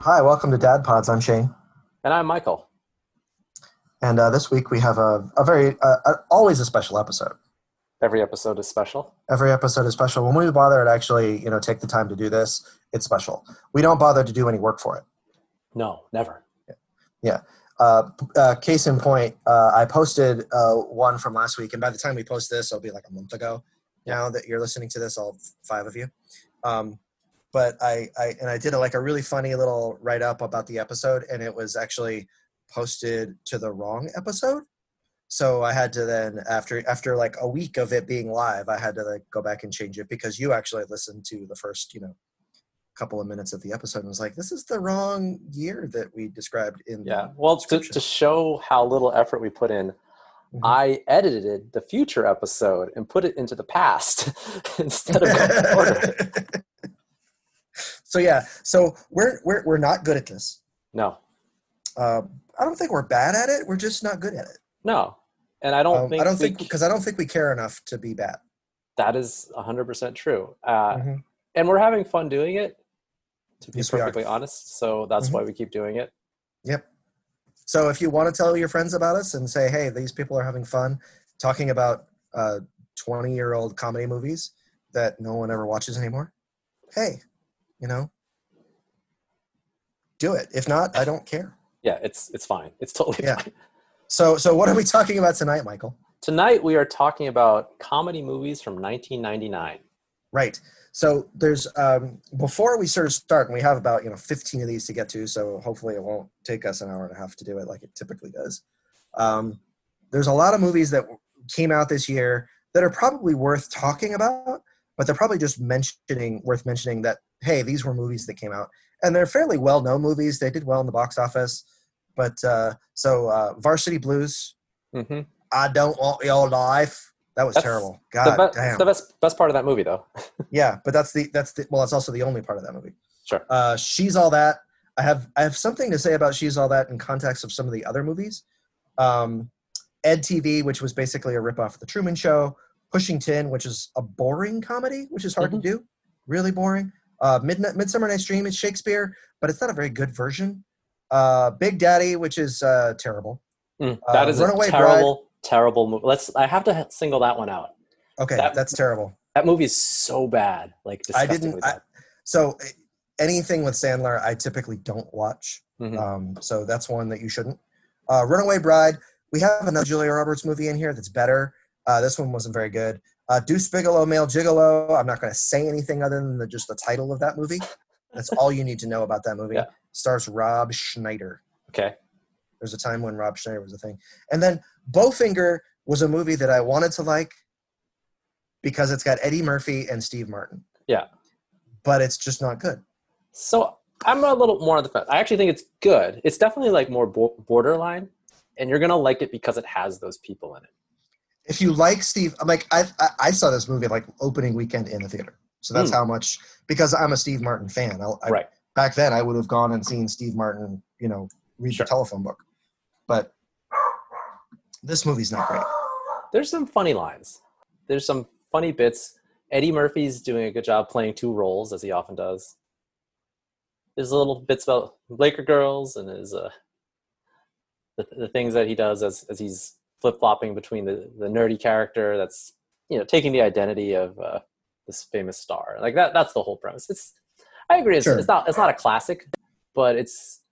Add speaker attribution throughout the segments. Speaker 1: Hi, welcome to Dad Pods. I'm Shane,
Speaker 2: And I'm Michael.
Speaker 1: and uh, this week we have a, a very uh, uh always a special episode.
Speaker 2: Every episode is special.
Speaker 1: Every episode is special. When we bother to actually, you know, take the time to do this, it's special. We don't bother to do any work for it.
Speaker 2: No, never.
Speaker 1: Uh, p- uh, case in point, uh, I posted uh, one from last week, and by the time we post this, it'll be like a month ago. Now that you're listening to this, all five of you. Um, but I, I and I did a, like a really funny little write up about the episode, and it was actually posted to the wrong episode. So I had to then after after like a week of it being live, I had to like go back and change it because you actually listened to the first you know couple of minutes of the episode and was like, this is the wrong year that we described in the
Speaker 2: Yeah. Mm-hmm. Well, to, to show how little effort we put in,
Speaker 1: Mhm.
Speaker 2: I edited the future episode and put it into the past instead of going in order.
Speaker 1: so yeah, so we're we're we're not good at this.
Speaker 2: No,
Speaker 1: Uh, I don't think we're bad at it. We're just not good at it.
Speaker 2: no. And I don't
Speaker 1: Um,
Speaker 2: think,
Speaker 1: I don't
Speaker 2: we
Speaker 1: think
Speaker 2: c-
Speaker 1: because I don't think we care enough to be bad.
Speaker 2: that is 100% true. Uh, And we're having fun doing it, to be
Speaker 1: Mm-hmm. Yes, we are.
Speaker 2: perfectly honest. So that's
Speaker 1: Mhm.
Speaker 2: why we keep doing it.
Speaker 1: So if you want to tell your friends about us and say, hey, these people are having fun talking about uh, twenty-year-old comedy movies that no one ever watches anymore, hey, you know, do it. If not, I don't care.
Speaker 2: Yeah, it's it's fine. It's totally
Speaker 1: Yeah.
Speaker 2: fine.
Speaker 1: So so what are we talking about tonight, Michael?
Speaker 2: Tonight we are talking about comedy movies from 1999.
Speaker 1: Right. So there's um, before we sort of start, and we have about you know 15 of these to get to. So hopefully it won't take us an hour and a half to do it like it typically does. Um, there's a lot of movies that came out this year that are probably worth talking about, but they're probably just mentioning worth mentioning that hey, these were movies that came out, and they're fairly well-known movies. They did well in the box office, but uh, so uh, Varsity Blues,
Speaker 2: Mm-hmm.
Speaker 1: I don't want your life. That was
Speaker 2: That's
Speaker 1: terrible.
Speaker 2: the,
Speaker 1: God
Speaker 2: be- it's
Speaker 1: Ah, damn.
Speaker 2: the best best part of that movie though
Speaker 1: Yeah, but that's the that's the well, that's also the only part of that movie.
Speaker 2: Sure.
Speaker 1: Uh, She's all that. I have I have something to say about She's all that in context of some of the other movies. Um, Ed TV, which was basically a ripoff of the Truman Show. Pushing Tin, which is a boring comedy, which is hard to do, really boring. Uh, Midnight Midsummer Night's Dream is Shakespeare, but it's not a very good version. Uh, Big Daddy, which is uh, terrible.
Speaker 2: Mm,
Speaker 1: Uh,
Speaker 2: that is
Speaker 1: Runaway
Speaker 2: a terrible terrible movie let's i have to ha- single that one out
Speaker 1: Okay,
Speaker 2: That-
Speaker 1: that's terrible.
Speaker 2: that movie is so bad like
Speaker 1: I
Speaker 2: disgustingly
Speaker 1: didn't. I,
Speaker 2: bad
Speaker 1: so eh, anything with Sandler, I typically don't watch.
Speaker 2: Mhm.
Speaker 1: Um, so that's one that you shouldn't. Uh, Runaway Bride. We have another Julia Roberts movie in here that's better. Uh, this one wasn't very good. Uh, Deuce Bigelow, Male Gigolo. I'm not going to say anything other than the, just the title of that movie. That's all you need to know about that movie.
Speaker 2: Yeah.
Speaker 1: Stars Rob Schneider.
Speaker 2: okay
Speaker 1: There's a time when Rob Schneider was a thing. And then Bowfinger was a movie that I wanted to like because it's got Eddie Murphy and Steve Martin.
Speaker 2: Yeah.
Speaker 1: But it's just not good.
Speaker 2: so i'm a little more on the fence i actually think it's good it's definitely like more bo- borderline and you're gonna like it because it has those people in it
Speaker 1: if you like Steve, I'm like I I, I saw this movie like opening weekend in the theater, so that's
Speaker 2: Hmm.
Speaker 1: how much because I'm a Steve Martin fan. I, I,
Speaker 2: Right.
Speaker 1: back then, I would have gone and seen Steve Martin, you know, read
Speaker 2: Sure.
Speaker 1: the telephone book, but this movie's not great.
Speaker 2: there's some funny lines there's some funny bits eddie murphy's doing a good job playing two roles as he often does there's little bits about laker girls and his uh the, the things that he does as, as he's flip-flopping between the, the nerdy character that's you know taking the identity of uh, this famous star like that that's the whole premise it's i agree it's,
Speaker 1: Sure.
Speaker 2: it's not it's not a classic but it's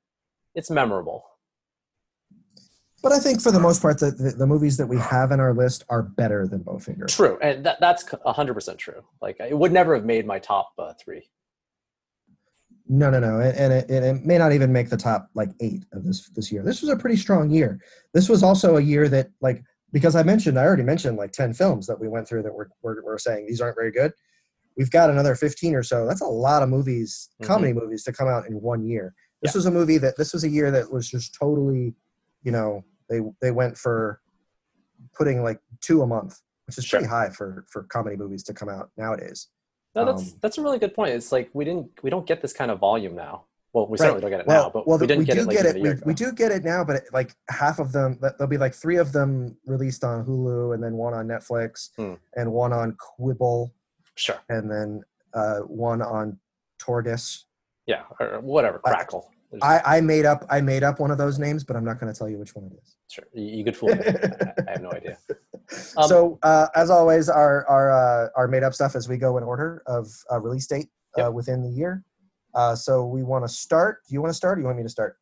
Speaker 2: it's memorable
Speaker 1: But I think for the most part, the, the, the movies that we have in our list are better than Bowfinger.
Speaker 2: true and that, that's 100% true like it would never have made my top uh, three
Speaker 1: No, no, no, and, and it, and it may not even make the top like eight of this this year. This was a pretty strong year. This was also a year that like because I mentioned I already mentioned like ten films that we went through that we're we're, we're saying these aren't very good. We've got another fifteen or so. That's a lot of movies, comedy movies, to come out in one year. This was a movie that this was a year that was just totally, you know, they they went for putting like two a month, which is
Speaker 2: Sure.
Speaker 1: pretty high for for comedy movies to come out nowadays.
Speaker 2: No, that's
Speaker 1: Um,
Speaker 2: that's a really good point. It's like we didn't we don't get this kind of volume now. Well, we certainly don't get it
Speaker 1: well,
Speaker 2: now, but
Speaker 1: well,
Speaker 2: we
Speaker 1: the-
Speaker 2: didn't get
Speaker 1: do
Speaker 2: it like even a
Speaker 1: we,
Speaker 2: year ago.
Speaker 1: we do get it now, but it, like half of them, th- there'll be like three of them released on Hulu, and then one on Netflix,
Speaker 2: Hmm.
Speaker 1: and one on Quibble,
Speaker 2: Sure.
Speaker 1: and then uh, one on Tortoise.
Speaker 2: Yeah. Or whatever.
Speaker 1: I-
Speaker 2: Crackle. There's-
Speaker 1: I, I made up I made up one of those names, but I'm not going to tell you which one it is.
Speaker 2: sure, you, you could fool me. I, I have no idea. Um,
Speaker 1: so uh, as always, our our uh, our made up stuff as we go in order of uh, release date uh,
Speaker 2: Yep.
Speaker 1: within the year. Uh, so we want to start. Do you want to start? Or you want me to start?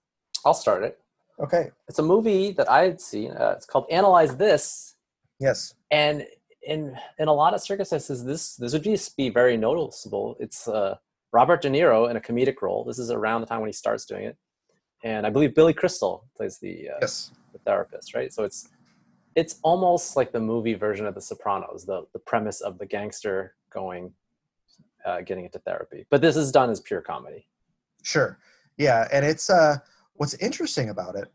Speaker 2: I'll start it.
Speaker 1: Okay.
Speaker 2: It's a movie that I had seen. Uh, it's called Analyze This,
Speaker 1: Yes.
Speaker 2: and in in a lot of circumstances, this this would just be very noticeable. It's uh, Robert De Niro in a comedic role. This is around the time when he starts doing it, and I believe Billy Crystal plays the uh,
Speaker 1: Yes.
Speaker 2: the therapist, right? So it's it's almost like the movie version of The Sopranos, the the premise of the gangster going, uh, getting into therapy. But this is done as pure comedy.
Speaker 1: Sure. Yeah, and it's uh, what's interesting about it.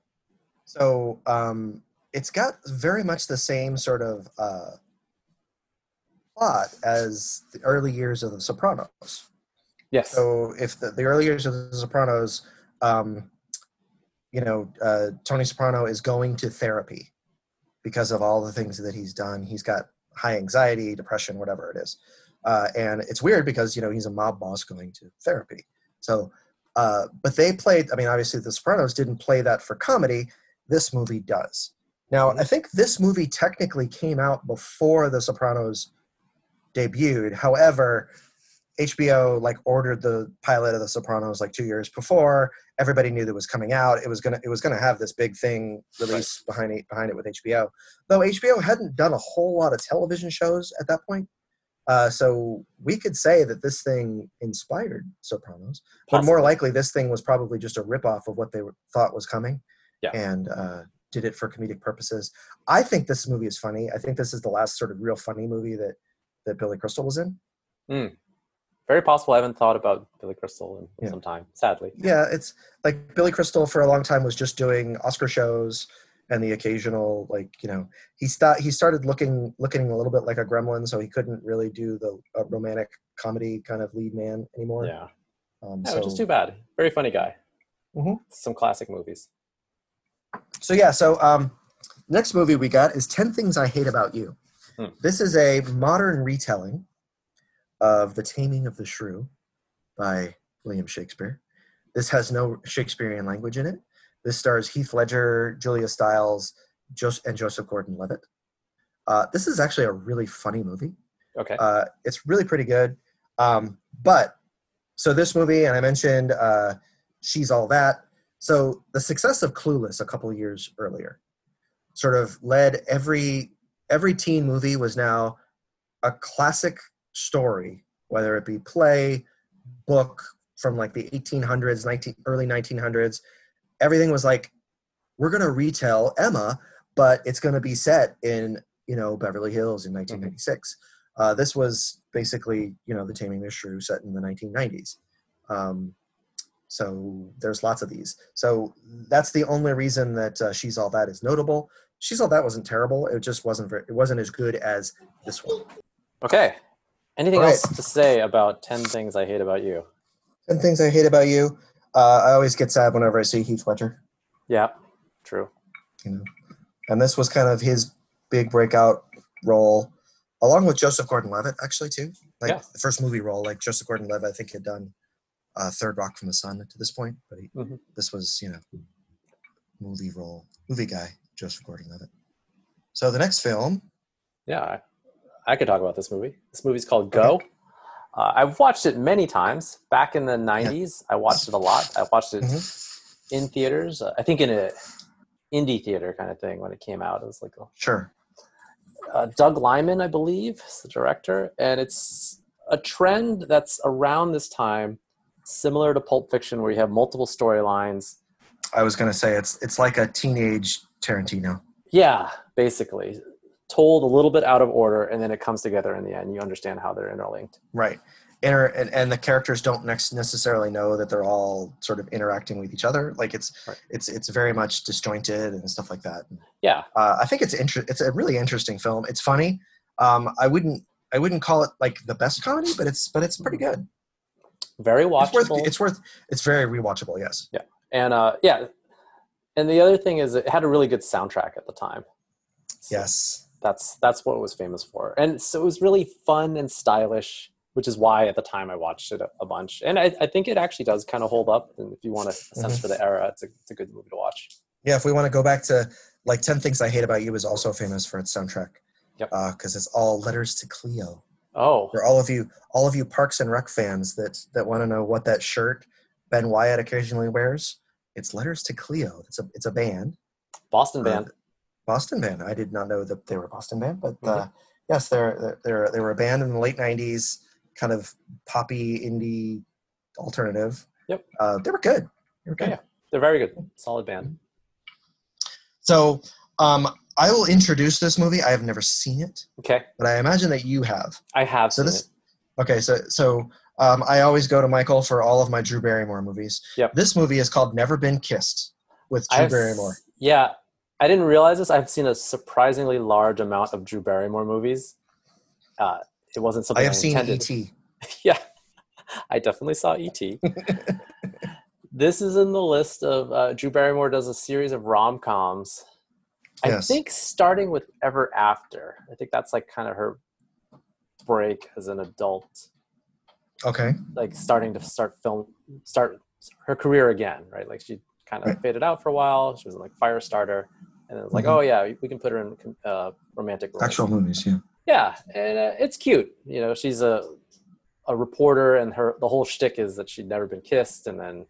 Speaker 1: So um, it's got very much the same sort of uh, plot as the early years of The Sopranos.
Speaker 2: Yes.
Speaker 1: So if the, the early years of The Sopranos, um, you know, uh, Tony Soprano is going to therapy because of all the things that he's done. He's got high anxiety, depression, whatever it is. Uh, and it's weird because, you know, he's a mob boss going to therapy. So, uh, but they played, I mean, obviously The Sopranos didn't play that for comedy. This movie does. Now, I think this movie technically came out before The Sopranos debuted. However, HBO like ordered the pilot of The Sopranos like two years before. Everybody knew that it was coming out. It was gonna it was gonna have this big thing release behind it behind it with HBO. Though HBO hadn't done a whole lot of television shows at that point, uh, so we could say that this thing inspired Sopranos. But more
Speaker 2: Possibly.
Speaker 1: likely, this thing was probably just a ripoff of what they were, thought was coming,
Speaker 2: Yeah.
Speaker 1: and uh, did it for comedic purposes. I think this movie is funny. I think this is the last sort of real funny movie that that Billy Crystal was in.
Speaker 2: very possible. I haven't thought about Billy Crystal in
Speaker 1: Yeah.
Speaker 2: some time, sadly.
Speaker 1: Yeah, it's like Billy Crystal for a long time was just doing Oscar shows and the occasional like you know he sta- he started looking looking a little bit like a gremlin, so he couldn't really do the uh, romantic comedy kind of lead man anymore.
Speaker 2: Yeah.
Speaker 1: Um,
Speaker 2: Yeah,
Speaker 1: so,
Speaker 2: which is too bad. Very funny guy.
Speaker 1: Mhm.
Speaker 2: Some classic movies.
Speaker 1: so yeah, so um, next movie we got is Ten Things I Hate About You.
Speaker 2: Hmm.
Speaker 1: This is a modern retelling of The Taming of the Shrew by William Shakespeare. This has no Shakespearean language in it. This stars Heath Ledger, Julia Stiles, Jos- and Joseph Gordon-Levitt. Uh, this is actually a really funny movie.
Speaker 2: Okay.
Speaker 1: Uh, it's really pretty good. Um, but so this movie, and I mentioned uh, she's all that. So the success of Clueless a couple of years earlier sort of led every every teen movie was now a classic story, whether it be play, book from like the 1800s, 19, early 1900s. Everything was like, we're going to retell Emma, but it's going to be set in you know Beverly Hills in 1996. Uh, this was basically, you know, the Taming of the Shrew set in the 1990s. Um, so there's lots of these. So that's the only reason that uh, She's All That is notable. She's All That wasn't terrible. It just wasn't very, it wasn't as good as this one.
Speaker 2: okay. Anything
Speaker 1: Alright.
Speaker 2: else to say about 10 Things I Hate About You?
Speaker 1: Ten things I hate about you. Uh, I always get sad whenever I see Heath Ledger.
Speaker 2: Yeah. True.
Speaker 1: And this was kind of his big breakout role, along with Joseph Gordon-Levitt, actually too. Like
Speaker 2: Yeah.
Speaker 1: the first movie role, like Joseph Gordon-Levitt, I think had done uh, Third Rock from the Sun to this point, but he,
Speaker 2: Mhm.
Speaker 1: this was you know movie role, movie guy, Joseph Gordon-Levitt. So the next film,
Speaker 2: Yeah. I, I could talk about this movie. This movie's called Go. Uh, I've watched it many times. Back in the 90s, I watched it a lot. I watched it in theaters. Uh, I think in a indie theater kind of thing when it came out. It was like oh, a
Speaker 1: sure,
Speaker 2: uh, Doug Lyman, I believe, is the director, and it's a trend that's around this time, similar to Pulp Fiction, where you have multiple storylines.
Speaker 1: I was gonna say it's it's like a teenage Tarantino.
Speaker 2: Yeah, basically, told a little bit out of order, and then it comes together in the end. You understand how they're interlinked.
Speaker 1: Right. Inter- and, and the characters don't nex- necessarily know that they're all sort of interacting with each other. Like it's
Speaker 2: Right.
Speaker 1: it's it's very much disjointed and stuff like that.
Speaker 2: Yeah,
Speaker 1: Uh, I think it's inter- it's a really interesting film. It's funny. Um, I wouldn't I wouldn't call it like the best comedy, but it's but it's pretty good.
Speaker 2: very
Speaker 1: It's worth
Speaker 2: watchable.
Speaker 1: it's worth it's very rewatchable. Yes.
Speaker 2: and uh, yeah, and the other thing is, it had a really good soundtrack at the time. So
Speaker 1: Yes.
Speaker 2: that's that's what it was famous for, and so it was really fun and stylish. It which is why at the time I watched it a, a bunch. And I, I think it actually does kind of hold up. And if you want a sense
Speaker 1: Mm-hmm.
Speaker 2: for the era, it's a, it's a good movie to watch.
Speaker 1: Yeah, if we want to go back to like 10 Things I Hate About You is also famous for its soundtrack.
Speaker 2: Yep.
Speaker 1: Because it's all letters to Cleo.
Speaker 2: Oh,
Speaker 1: For all of you, all of you Parks and Rec fans that that want to know what that shirt Ben Wyatt occasionally wears, it's letters to Cleo. It's a it's a band,
Speaker 2: Boston Band.
Speaker 1: Uh, Boston band. I did not know that they were a Boston band, but uh,
Speaker 2: Mhm.
Speaker 1: yes, they're, they're they're they were a band in the late '90s, kind of poppy indie alternative.
Speaker 2: Yep.
Speaker 1: Uh, they were good. They were good.
Speaker 2: Yeah. They're very good. Solid band.
Speaker 1: Mm-hmm. So um, I will introduce this movie. I have never seen it,
Speaker 2: Okay.
Speaker 1: but I imagine that you have.
Speaker 2: I have
Speaker 1: So
Speaker 2: seen
Speaker 1: this,
Speaker 2: it.
Speaker 1: okay, so so um, I always go to Michael for all of my Drew Barrymore movies.
Speaker 2: Yep.
Speaker 1: This movie is called Never Been Kissed with
Speaker 2: I
Speaker 1: Drew
Speaker 2: have s-
Speaker 1: Barrymore.
Speaker 2: Yeah. I didn't realize this. I've seen a surprisingly large amount of Drew Barrymore movies. Uh, it wasn't
Speaker 1: I
Speaker 2: something I,
Speaker 1: have seen E
Speaker 2: intended.
Speaker 1: E.T.
Speaker 2: yeah, I definitely saw E.T. this is in the list of uh, Drew Barrymore does a series of rom coms.
Speaker 1: Yes.
Speaker 2: I think starting with Ever After. I think that's like kind of her break as an adult,
Speaker 1: Okay.
Speaker 2: like starting to start film, start her career again, right? Like she kind of
Speaker 1: Right.
Speaker 2: faded out for a while. She was in like Firestarter, and then it's like,
Speaker 1: Mhm.
Speaker 2: oh yeah, we can put her in uh, romantic roles.
Speaker 1: Actual movies, yeah.
Speaker 2: Yeah, and uh, it's cute. You know, she's a a reporter, and her the whole shtick is that she'd never been kissed, and then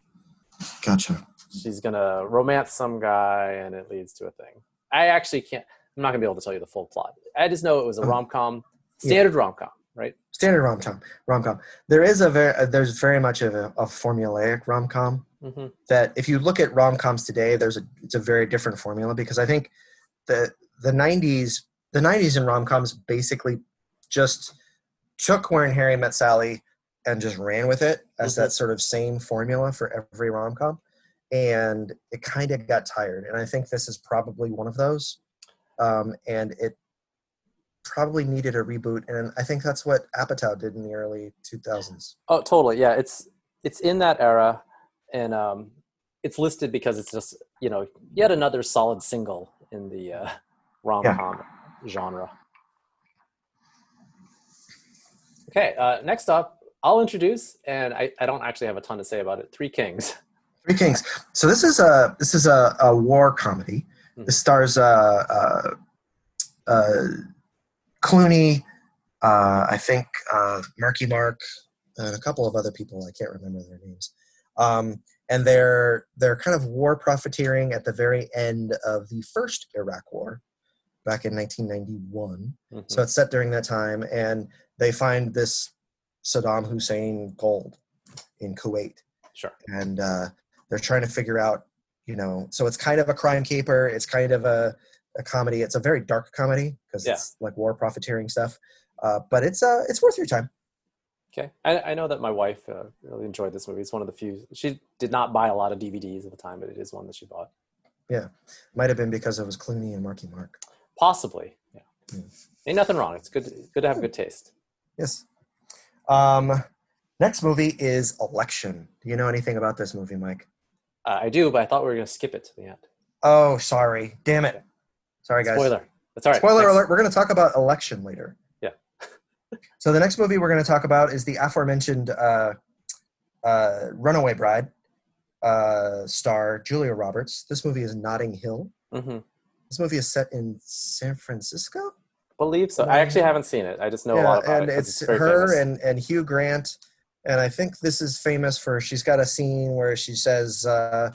Speaker 1: Gotcha.
Speaker 2: she's gonna romance some guy, and it leads to a thing. I actually can't. I'm not gonna be able to tell you the full plot. I just know it was a
Speaker 1: Okay.
Speaker 2: rom com,
Speaker 1: Yeah.
Speaker 2: standard rom com, right?
Speaker 1: Standard rom com. Rom com. There is a very there's very much of a, a formulaic rom com
Speaker 2: Mm-hmm.
Speaker 1: that if you look at rom coms today, there's a it's a very different formula because I think the the '90s the '90s in rom coms basically just took Where and Harry Met Sally and just ran with it as
Speaker 2: Mhm.
Speaker 1: that sort of same formula for every rom com, and it kind of got tired. And I think this is probably one of those, um, and it probably needed a reboot. And I think that's what Apatow did in the early 2000s.
Speaker 2: Oh, totally. Yeah, it's it's in that era, and um, it's listed because it's just you know yet another solid single in the uh, rom com genre. Okay, uh, next up, I'll introduce, and I, I don't actually have a ton to say about it. Three Kings.
Speaker 1: Three Kings. So this is a this is a, a war comedy. This stars uh, uh, uh, Clooney, uh, I think uh, Marky Mark, and a couple of other people. I can't remember their names. Um, and they're they're kind of war profiteering at the very end of the first Iraq War, back in 1991.
Speaker 2: Mhm.
Speaker 1: So it's set during that time, and they find this Saddam Hussein gold in Kuwait
Speaker 2: sure.
Speaker 1: and uh, they're trying to figure out, you know, so it's kind of a crime caper. It's kind of a, a comedy. It's a very dark comedy because
Speaker 2: Yeah.
Speaker 1: it's like war profiteering stuff. Uh, but it's uh, it's worth your time.
Speaker 2: Okay. I, I know that my wife uh, really enjoyed this movie. It's one of the few. She did not buy a lot of DVDs at the time, but it is one that she bought.
Speaker 1: Might have been because it was Clooney and Marky Mark.
Speaker 2: Possibly. Yeah.
Speaker 1: Yeah.
Speaker 2: Ain't nothing wrong. It's good. Good to have good taste.
Speaker 1: Yes. Um, next movie is Election. Do you know anything about this movie, Mike?
Speaker 2: Uh, I do, but I thought we were going to skip it to the end.
Speaker 1: Oh, sorry. Damn it. Sorry, guys.
Speaker 2: Spoiler. That's all right.
Speaker 1: Spoiler
Speaker 2: Next.
Speaker 1: alert, we're going to talk about election later.
Speaker 2: Yeah.
Speaker 1: so the next movie we're going to talk about is the aforementioned uh, uh, Runaway Bride uh, star Julia Roberts. This movie is Notting Hill.
Speaker 2: Mhm.
Speaker 1: This movie is set in San Francisco.
Speaker 2: Believe so. I actually haven't seen it. I just know a lot about
Speaker 1: and
Speaker 2: it. 'cause
Speaker 1: it's,
Speaker 2: very
Speaker 1: her
Speaker 2: famous.
Speaker 1: and, and Hugh Grant. And I think this is famous for she's got a scene where she says, uh,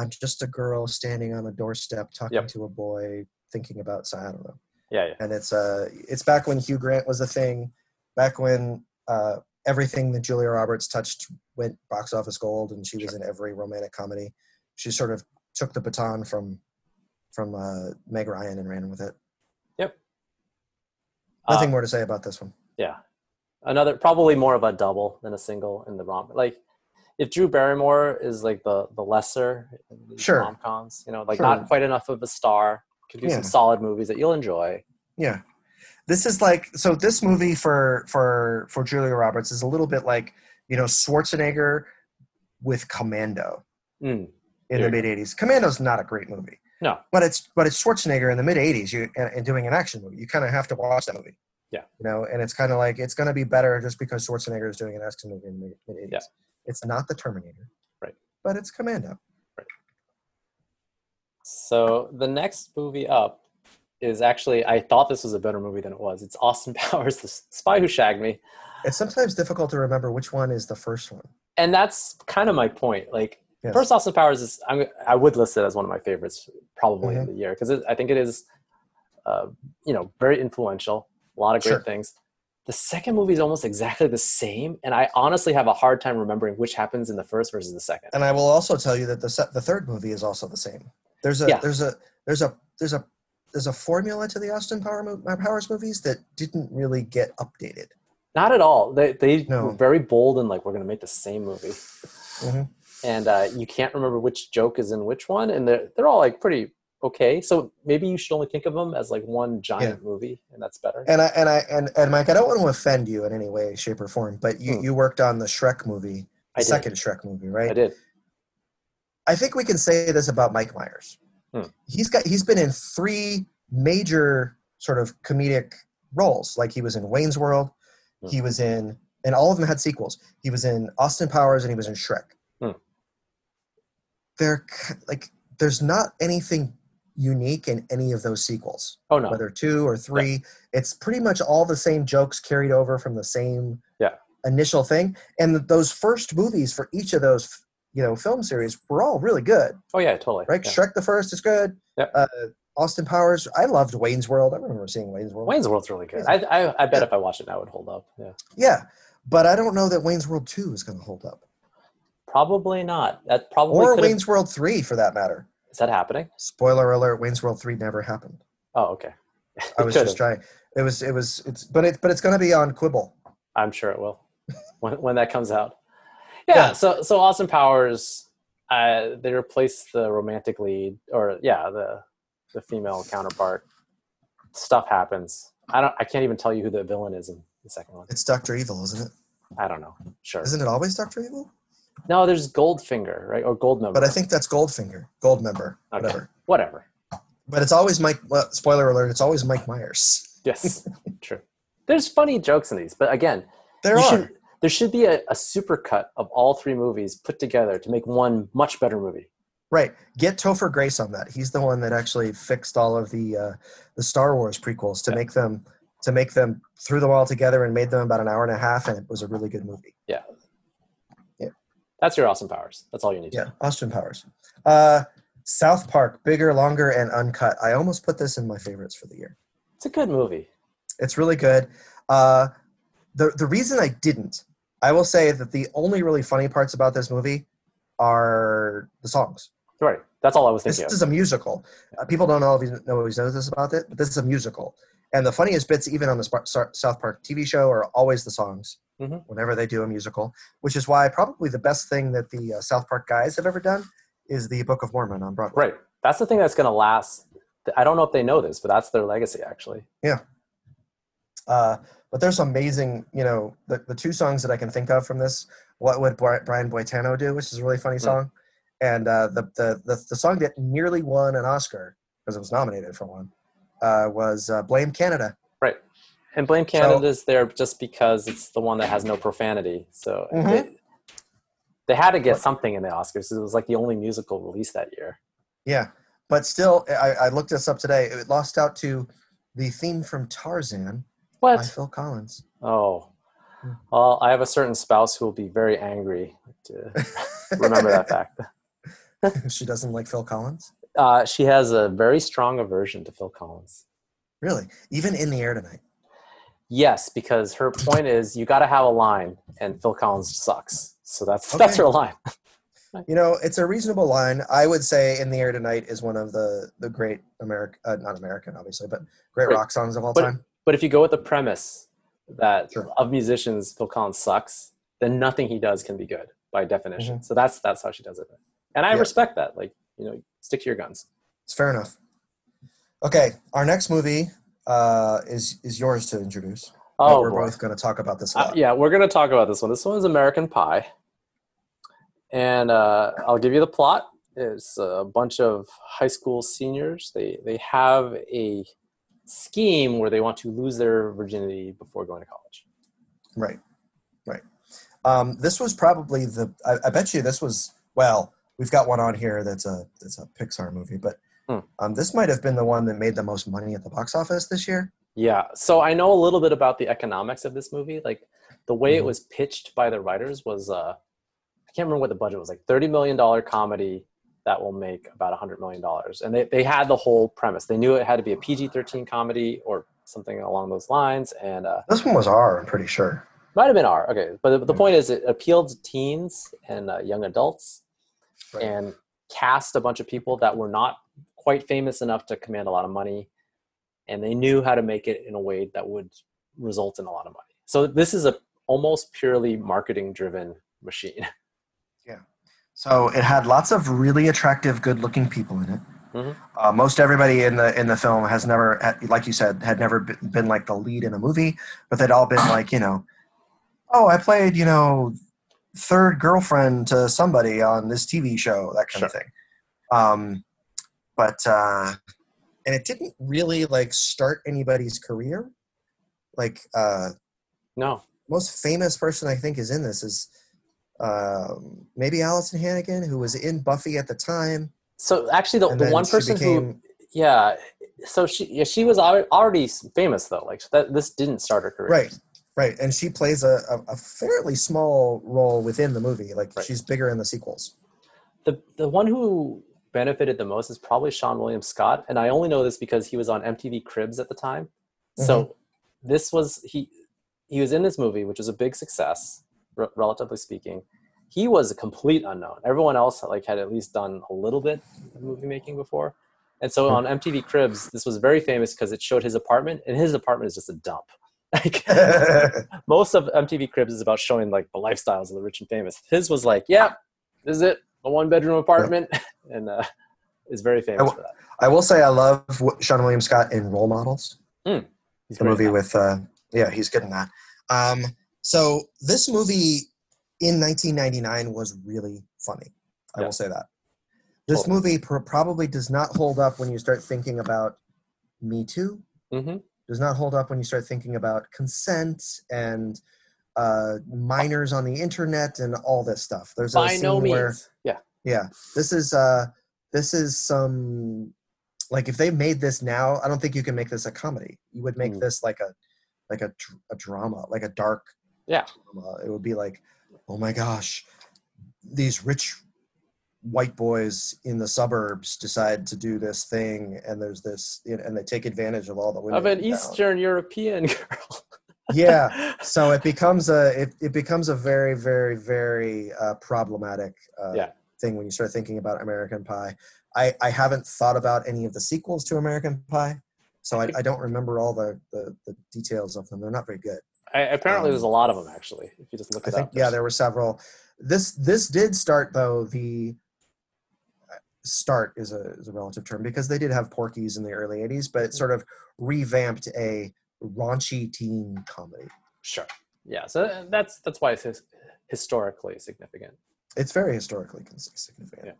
Speaker 1: I'm just a girl standing on a doorstep talking
Speaker 2: Yep.
Speaker 1: to a boy, thinking about, so I don't know.
Speaker 2: yeah, yeah.
Speaker 1: and it's uh it's back when Hugh Grant was a thing, back when uh everything that Julia Roberts touched went box office gold, and she was in every romantic comedy. She sort of took the baton from from uh, Meg Ryan and ran with it.
Speaker 2: Uh,
Speaker 1: Nothing more to say about this one.
Speaker 2: yeah. Another probably more of a double than a single in the rom. Like if Drew Barrymore is like the the lesser in these
Speaker 1: Sure.
Speaker 2: rom coms, you know, like
Speaker 1: Sure.
Speaker 2: not quite enough of a star. Could do
Speaker 1: Yeah.
Speaker 2: some solid movies that you'll enjoy.
Speaker 1: Yeah, this is like so. This movie for for for Julia Roberts is a little bit like you know Schwarzenegger with Commando.
Speaker 2: Mm.
Speaker 1: in
Speaker 2: There
Speaker 1: the
Speaker 2: you
Speaker 1: mid '80s. Commando's not a great movie.
Speaker 2: No.
Speaker 1: but it's but it's Schwarzenegger in the mid '80s. You and, and doing an action movie, you kind of have to watch that movie.
Speaker 2: Yeah.
Speaker 1: You know, and it's kind of like it's going to be better just because Schwarzenegger is doing an action movie in the mid 80s.
Speaker 2: Yeah.
Speaker 1: It's not the Terminator.
Speaker 2: Right.
Speaker 1: But it's Commando.
Speaker 2: So the next movie up is actually I thought this was a better movie than it was. It's Austin Powers, The Spy Who Shagged Me,
Speaker 1: It's sometimes difficult to remember which one is the first one.
Speaker 2: and that's kind of my point. Like
Speaker 1: Yes.
Speaker 2: first, Austin Powers is I'm, I would list it as one of my favorites probably
Speaker 1: Mhm.
Speaker 2: of the year because I think it is, uh, you know, very influential. A lot of great
Speaker 1: Sure.
Speaker 2: things. The second movie is almost exactly the same, and I honestly have a hard time remembering which happens in the first versus the second.
Speaker 1: And I will also tell you that the se- the third movie is also the same. There's a
Speaker 2: Yeah.
Speaker 1: there's a there's a there's a there's a formula to the Austin Power mo- Powers movies that didn't really get updated.
Speaker 2: Not at all. They they
Speaker 1: No.
Speaker 2: were very bold and like we're gonna make the same movie,
Speaker 1: Mhm.
Speaker 2: and uh, you can't remember which joke is in which one, and they're they're all like pretty okay. So maybe you should only think of them as like one giant movie, and that's better.
Speaker 1: And I and I and, and Mike, I don't want to offend you in any way, shape, or form, but you,
Speaker 2: Hmm.
Speaker 1: you worked on the Shrek movie,
Speaker 2: I
Speaker 1: the
Speaker 2: did.
Speaker 1: second Shrek movie, right?
Speaker 2: I did.
Speaker 1: I think we can say this about Mike Myers.
Speaker 2: Hmm.
Speaker 1: He's got he's been in three major sort of comedic roles. Like he was in Wayne's World,
Speaker 2: Hmm.
Speaker 1: he was in, and all of them had sequels. He was in Austin Powers and he was in Shrek.
Speaker 2: Hmm.
Speaker 1: They're k- like there's not anything unique in any of those sequels,
Speaker 2: Oh no.
Speaker 1: whether two or three. It's pretty much all the same jokes carried over from the same
Speaker 2: Yeah.
Speaker 1: initial thing. And th- those first movies for each of those you know film series were all really good
Speaker 2: Oh yeah, totally.
Speaker 1: right?
Speaker 2: Yeah.
Speaker 1: Shrek the First is good.
Speaker 2: Yep.
Speaker 1: Uh, Austin Powers. I loved Wayne's World. I remember seeing Wayne's World.
Speaker 2: Wayne's World's really good. I I, I bet if I watched it now, it would hold up. Yeah.
Speaker 1: Yeah, but I don't know that Wayne's World Two is going to hold up,
Speaker 2: Probably not. That probably
Speaker 1: or
Speaker 2: could've-
Speaker 1: Wayne's World Three for that matter.
Speaker 2: is that happening?
Speaker 1: Spoiler alert: Wayne's World Three never happened.
Speaker 2: Oh okay.
Speaker 1: I was
Speaker 2: Could've.
Speaker 1: just trying. It was. It was. It's. But it. But it's going to be on Quibble.
Speaker 2: I'm sure it will when, when that comes out. Yeah,
Speaker 1: Yeah.
Speaker 2: So so Austin Powers, uh, they replaced the romantic lead, or yeah, the the female counterpart. Stuff happens. I don't. I can't even tell you who the villain is in the second one.
Speaker 1: It's Doctor Evil, isn't it?
Speaker 2: I don't know. Sure.
Speaker 1: Isn't it always Doctor Evil?
Speaker 2: No, there's Goldfinger, right, or Goldmember.
Speaker 1: But I think that's Goldfinger, Goldmember,
Speaker 2: Okay.
Speaker 1: whatever.
Speaker 2: whatever.
Speaker 1: But it's always Mike. Well, spoiler alert: It's always Mike Myers.
Speaker 2: Yes, true. There's funny jokes in these, but again,
Speaker 1: There
Speaker 2: you
Speaker 1: are.
Speaker 2: should- there should be a, a supercut of all three movies put together to make one much better movie.
Speaker 1: Right. Get Topher Grace on that. He's the one that actually fixed all of the uh, the Star Wars prequels to
Speaker 2: Yeah.
Speaker 1: make them to make them threw them all together and made them about an hour and a half, and it was a really good movie.
Speaker 2: That's your Austin Powers. That's all you need. to
Speaker 1: Yeah, Austin Powers. Uh, South Park, bigger, longer, and uncut. I almost put this in my favorites for the year.
Speaker 2: It's a good movie.
Speaker 1: It's really good. Uh, the the reason I didn't, I will say that the only really funny parts about this movie are the songs.
Speaker 2: Right. That's all I was
Speaker 1: this
Speaker 2: thinking of.
Speaker 1: is a musical. Uh, people don't always know always know this about it, but this is a musical. And the funniest bits, even on the Spar- Sar- South Park TV show, are always the songs.
Speaker 2: Mhm.
Speaker 1: Whenever they do a musical, which is why probably the best thing that the uh, South Park guys have ever done is the Book of Mormon on Broadway.
Speaker 2: Right. That's the thing that's going to last. I don't know if they know this, but that's their legacy, actually.
Speaker 1: Uh, but there's amazing, you know, the, the two songs that I can think of from this, What Would Bri- Brian Boitano Do, which is a really funny song, and uh, the, the, the, the song that nearly won an Oscar, because it was nominated for one, uh, was uh, Blame Canada.
Speaker 2: And Blame Canada is there just because it's the one that has no profanity. So
Speaker 1: Mhm.
Speaker 2: they, they had to get something in the Oscars. It was like the only musical release that year.
Speaker 1: Yeah, but still, I, I looked this up today. It lost out to the theme from Tarzan by
Speaker 2: What?
Speaker 1: Phil Collins.
Speaker 2: Oh.
Speaker 1: Hmm.
Speaker 2: Well, I have a certain spouse who will be very angry to remember that fact.
Speaker 1: she doesn't like Phil Collins,
Speaker 2: Uh, she has a very strong aversion to Phil Collins.
Speaker 1: really. Even in the air tonight.
Speaker 2: Yes, because her point is you got to have a line, and Phil Collins sucks. So that's that's
Speaker 1: Okay.
Speaker 2: her line.
Speaker 1: You know, it's a reasonable line. I would say "In the Air Tonight" is one of the the great American, uh, not American, obviously, but great
Speaker 2: Right.
Speaker 1: rock songs of all
Speaker 2: But-
Speaker 1: time.
Speaker 2: But if you go with the premise that
Speaker 1: Sure.
Speaker 2: of musicians, Phil Collins sucks, then nothing he does can be good by definition. So that's that's how she does it, and I
Speaker 1: Mm-hmm. Yeah.
Speaker 2: respect that. Like you know, stick to your guns.
Speaker 1: It's fair enough. Okay, our next movie uh, is is yours to introduce. but
Speaker 2: Oh,
Speaker 1: we're
Speaker 2: boy.
Speaker 1: both going to talk about this a
Speaker 2: Uh,
Speaker 1: lot.
Speaker 2: yeah, we're gonna talk about this one. This one is American Pie, and uh, I'll give you the plot. It's a bunch of high school seniors. They they have a scheme where they want to lose their virginity before going to college.
Speaker 1: Right. Right. Um, this was probably the. I, I bet you this was. Well, we've got one on here that's a that's a Pixar movie, but
Speaker 2: Hmm.
Speaker 1: um, this might have been the one that made the most money at the box office this year.
Speaker 2: Yeah. So I know a little bit about the economics of this movie. Like the way it
Speaker 1: Mhm.
Speaker 2: was pitched by the writers was uh I can't remember what the budget was, like thirty million dollar comedy that will make about a hundred million dollars. And they, they had the whole premise. They knew it had to be a PG thirteen comedy or something along those lines. And uh
Speaker 1: This one was R, I'm pretty sure.
Speaker 2: might have been R. Okay. But
Speaker 1: Hmm.
Speaker 2: the, the point is it appealed to teens and uh, young adults
Speaker 1: Right.
Speaker 2: and cast a bunch of people that were not quite famous enough to command a lot of money and they knew how to make it in a way that would result in a lot of money so this is a almost purely marketing driven machine
Speaker 1: So it had lots of really attractive, good-looking people in it.
Speaker 2: Mhm.
Speaker 1: Uh, most everybody in the in the film has never, had- like you said, had never be- been like the lead in a movie, but they'd all been like, you know, oh, I played, you know, third girlfriend to somebody on this TV show, that kind of thing. Um, but uh, and it didn't really like start anybody's career. Like uh,
Speaker 2: no
Speaker 1: most famous person I think is in this is um, maybe Allison Hannigan, who was in Buffy at the time.
Speaker 2: so actually the, the
Speaker 1: then
Speaker 2: one
Speaker 1: she
Speaker 2: person who yeah so she yeah, she was al- already famous though like that this didn't start her career
Speaker 1: right, right, and she plays a, a, a fairly small role within the movie. Like
Speaker 2: Right.
Speaker 1: she's bigger in the sequels.
Speaker 2: the the one who benefited the most is probably Sean William Scott, and I only know this because he was on MTV Cribs at the time. So this was he he was in this movie, which was a big success, re- relatively speaking. He was a complete unknown. Everyone else like had at least done a little bit of movie making before, and so on MTV Cribs, this was very famous because it showed his apartment, and his apartment is just a dump. Like most of MTV Cribs is about showing like the lifestyles of the rich and famous. His was like, yeah, this is it, a one bedroom apartment, and uh, is very famous
Speaker 1: w-
Speaker 2: for that.
Speaker 1: I will say I love w- Sean William Scott in Role Models,
Speaker 2: He's
Speaker 1: the
Speaker 2: great
Speaker 1: movie
Speaker 2: at that.
Speaker 1: with uh, yeah, he's good in that. Um, so this movie in 1999 was really funny. I
Speaker 2: Yeah.
Speaker 1: will say that. This
Speaker 2: Totally.
Speaker 1: movie pr- probably does not hold up when you start thinking about Me Too.
Speaker 2: Mhm.
Speaker 1: Does not hold up when you start thinking about consent and uh, minors on the internet and all this stuff. There's a
Speaker 2: By
Speaker 1: scene
Speaker 2: no means.
Speaker 1: where
Speaker 2: yeah.
Speaker 1: yeah, this is uh, this is some like if they made this now, I don't think you can make this a comedy. You would make
Speaker 2: Mm.
Speaker 1: this like a like a dr- a drama, like a dark
Speaker 2: Yeah.
Speaker 1: drama. It would be like, oh my gosh, these rich white boys in the suburbs decide to do this thing, and there's this, you know, and they take advantage of all the women
Speaker 2: Of
Speaker 1: in
Speaker 2: an
Speaker 1: town.
Speaker 2: Eastern European girl.
Speaker 1: yeah. So it becomes a it, it becomes a very very very uh, problematic uh,
Speaker 2: Yeah.
Speaker 1: thing when you start thinking about American Pie. I, I haven't thought about any of the sequels to American Pie, so I, I don't remember all the, the, the details of them. They're not very good.
Speaker 2: I, apparently, there's a
Speaker 1: Um,
Speaker 2: lot of them actually. If you just look
Speaker 1: I
Speaker 2: it
Speaker 1: think
Speaker 2: up.
Speaker 1: yeah,
Speaker 2: there's-
Speaker 1: there were several. This this did start though the start is a is a relative term because they did have Porky's in the early '80s, but it sort of revamped a raunchy teen comedy.
Speaker 2: sure. Yeah. So uh, that's that's why it's his, historically significant.
Speaker 1: It's very historically cons- significant.
Speaker 2: Yeah.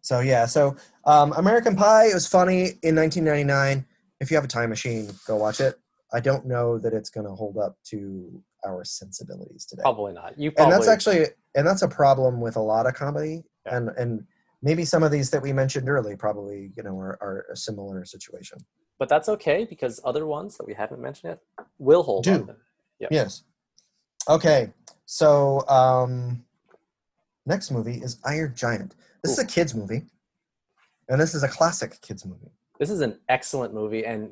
Speaker 1: So yeah, so um, American Pie it was funny in 1999. If you have a time machine, go watch it. I don't know that it's going to hold up to our sensibilities today.
Speaker 2: Probably not. You
Speaker 1: and
Speaker 2: probably.
Speaker 1: that's actually and that's a problem with a lot of comedy
Speaker 2: Yeah.
Speaker 1: and and maybe some of these that we mentioned early probably you know are, are a similar situation
Speaker 2: but that's okay because other ones that we haven't mentioned yet will hold
Speaker 1: Do.
Speaker 2: up. Yep.
Speaker 1: yes okay so um next movie is iron giant this is a kids movie and this is a classic kids movie
Speaker 2: this is an excellent movie and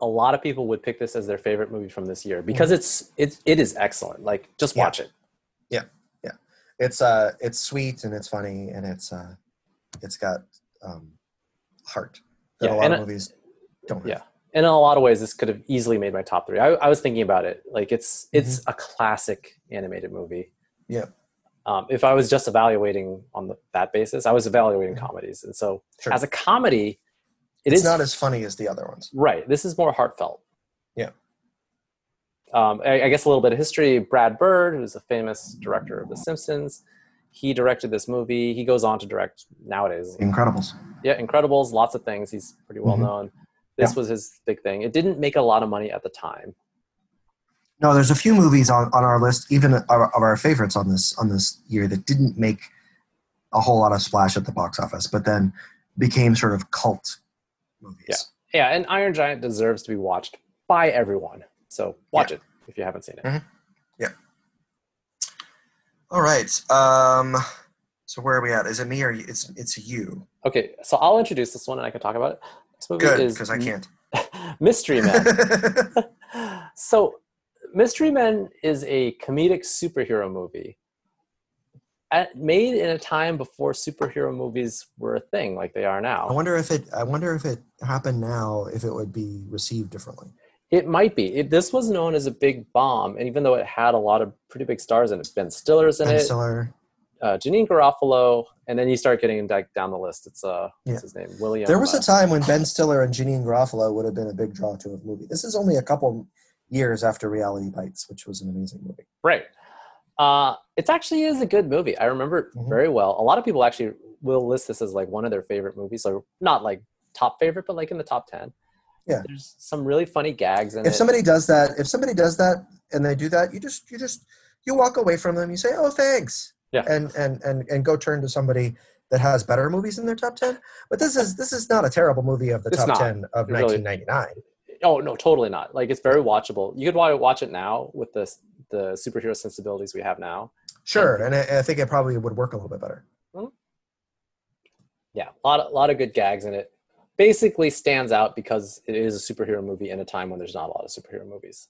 Speaker 2: a lot of people would pick this as their favorite movie from this year because it's it's it is excellent like just
Speaker 1: Mm-hmm. Yeah.
Speaker 2: watch it
Speaker 1: it's uh it's sweet and it's funny and it's uh it's got um heart that a
Speaker 2: Yeah,
Speaker 1: lot
Speaker 2: and
Speaker 1: of
Speaker 2: I-
Speaker 1: movies don't have.
Speaker 2: yeah and in a lot of ways this could have easily made my top three i, I was thinking about it like it's it's a classic animated movie
Speaker 1: Mm-hmm. Yeah.
Speaker 2: um, if i was just evaluating on the, that basis i was evaluating comedies and so
Speaker 1: Mm-hmm. sure.
Speaker 2: as a comedy
Speaker 1: it's
Speaker 2: is
Speaker 1: not as funny as the other ones
Speaker 2: Right. This is more heartfelt.
Speaker 1: Yeah.
Speaker 2: Um, I, I guess a little bit of history. Brad Bird, who's a famous director of The Simpsons, he directed this movie. He goes on to direct nowadays.
Speaker 1: incredibles
Speaker 2: Yeah, Incredibles, lots of things. He's pretty well
Speaker 1: Mhm.
Speaker 2: known. This was his big thing. It didn't make a lot of money at the time.
Speaker 1: No, there's a few movies on, on our list, even of our, of our favorites on this on this year that didn't make a whole lot of splash at the box office, but then became sort of cult movies.
Speaker 2: Yeah. Yeah, and Iron Giant deserves to be watched by everyone. So watch it if you haven't seen it.
Speaker 1: Mhm. All right. Um, so where are we at? Is it me or you? it's it's you?
Speaker 2: Okay, so I'll introduce this one and I can talk about it. This movie
Speaker 1: Good,
Speaker 2: is
Speaker 1: because I can't.
Speaker 2: Mystery Men. so mystery men is a comedic superhero movie at, made in a time before superhero movies were a thing like they are
Speaker 1: I
Speaker 2: now
Speaker 1: wonder if it. I wonder if it happened now, if it would be received differently.
Speaker 2: it might be it, this was known as a big bomb and even though it had a lot of pretty big stars in it ben stiller's in
Speaker 1: Ben
Speaker 2: it
Speaker 1: Stiller,
Speaker 2: uh, janine garofalo and then you start getting like down the list it's uh
Speaker 1: Yeah.
Speaker 2: what's his name william
Speaker 1: There was
Speaker 2: uh,
Speaker 1: a time when Ben Stiller and Janine Garofalo would have been a big draw to a movie. This is only a couple years after Reality Bites, which was an amazing movie.
Speaker 2: Right. Uh, it actually is a good movie. I remember it
Speaker 1: Mhm.
Speaker 2: very well. A lot of people actually will list this as like one of their favorite movies. So not like top favorite, but like in the top ten.
Speaker 1: Yeah.
Speaker 2: There's some really funny gags in
Speaker 1: If
Speaker 2: it.
Speaker 1: somebody does that, if somebody does that and they do that, you just you just you walk away from them. You say, "Oh, thanks,"
Speaker 2: Yeah.
Speaker 1: and and and and go turn to somebody that has better movies in their top ten. But this is this is not a terrible movie of the
Speaker 2: It's
Speaker 1: top
Speaker 2: not.
Speaker 1: ten of
Speaker 2: It really-
Speaker 1: 1999.
Speaker 2: oh no, totally not. Like it's very watchable. You could wa- watch it now with the the superhero sensibilities we have now.
Speaker 1: Sure, and I, I think it probably would work a little bit better.
Speaker 2: Yeah, a lot of, lot of good gags in it. Basically stands out because it is a superhero movie in a time when there's not a lot of superhero movies.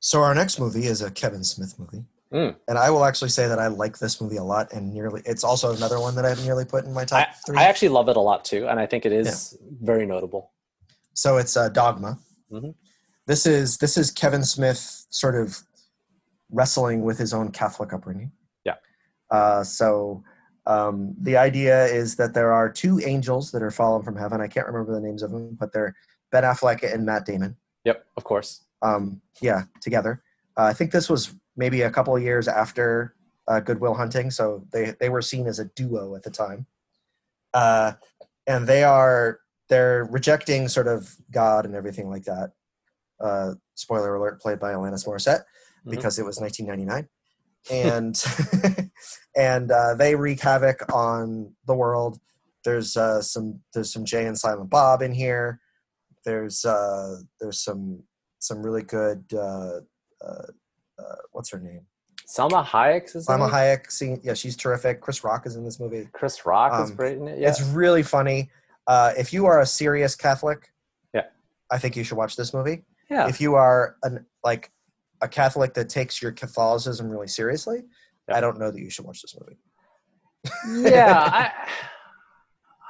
Speaker 1: So our next movie is a Kevin Smith movie.
Speaker 2: Mm.
Speaker 1: And I will actually say that I like this movie a lot and nearly it's also another one that I've nearly put in my top three.
Speaker 2: I actually love it a lot too, and I think it is very notable.
Speaker 1: so it's uh, Dogma.
Speaker 2: Mhm.
Speaker 1: This is this is Kevin Smith sort of wrestling with his own Catholic upbringing.
Speaker 2: Yeah.
Speaker 1: Uh, so um, the idea is that there are two angels that are fallen from heaven. I can't remember the names of them, but they're Ben Affleck and Matt Damon.
Speaker 2: Yep, of course.
Speaker 1: um, yeah, together. Uh, I think this was maybe a couple of years after uh, Goodwill Hunting, so they they were seen as a duo at the time, uh, and they are they're rejecting sort of God and everything like that. Uh, spoiler alert: played by Alanis Morissette
Speaker 2: Mhm.
Speaker 1: because it was 1999, and and uh, they wreak havoc on the world. There's uh, some there's some Jay and Silent Bob in here. There's uh, there's some some really good uh, uh, uh, what's her name
Speaker 2: Selma Hayek is in
Speaker 1: Salma
Speaker 2: it?
Speaker 1: Hayek scene yeah she's terrific Chris Rock is in this movie
Speaker 2: Chris Rock is
Speaker 1: Um,
Speaker 2: great in it. Yeah.
Speaker 1: it's really funny uh, if you are a serious Catholic
Speaker 2: Yeah.
Speaker 1: I think you should watch this movie
Speaker 2: yeah.
Speaker 1: if you are an like a Catholic that takes your Catholicism really seriously
Speaker 2: Yeah.
Speaker 1: I don't know that you should watch this movie
Speaker 2: yeah. I,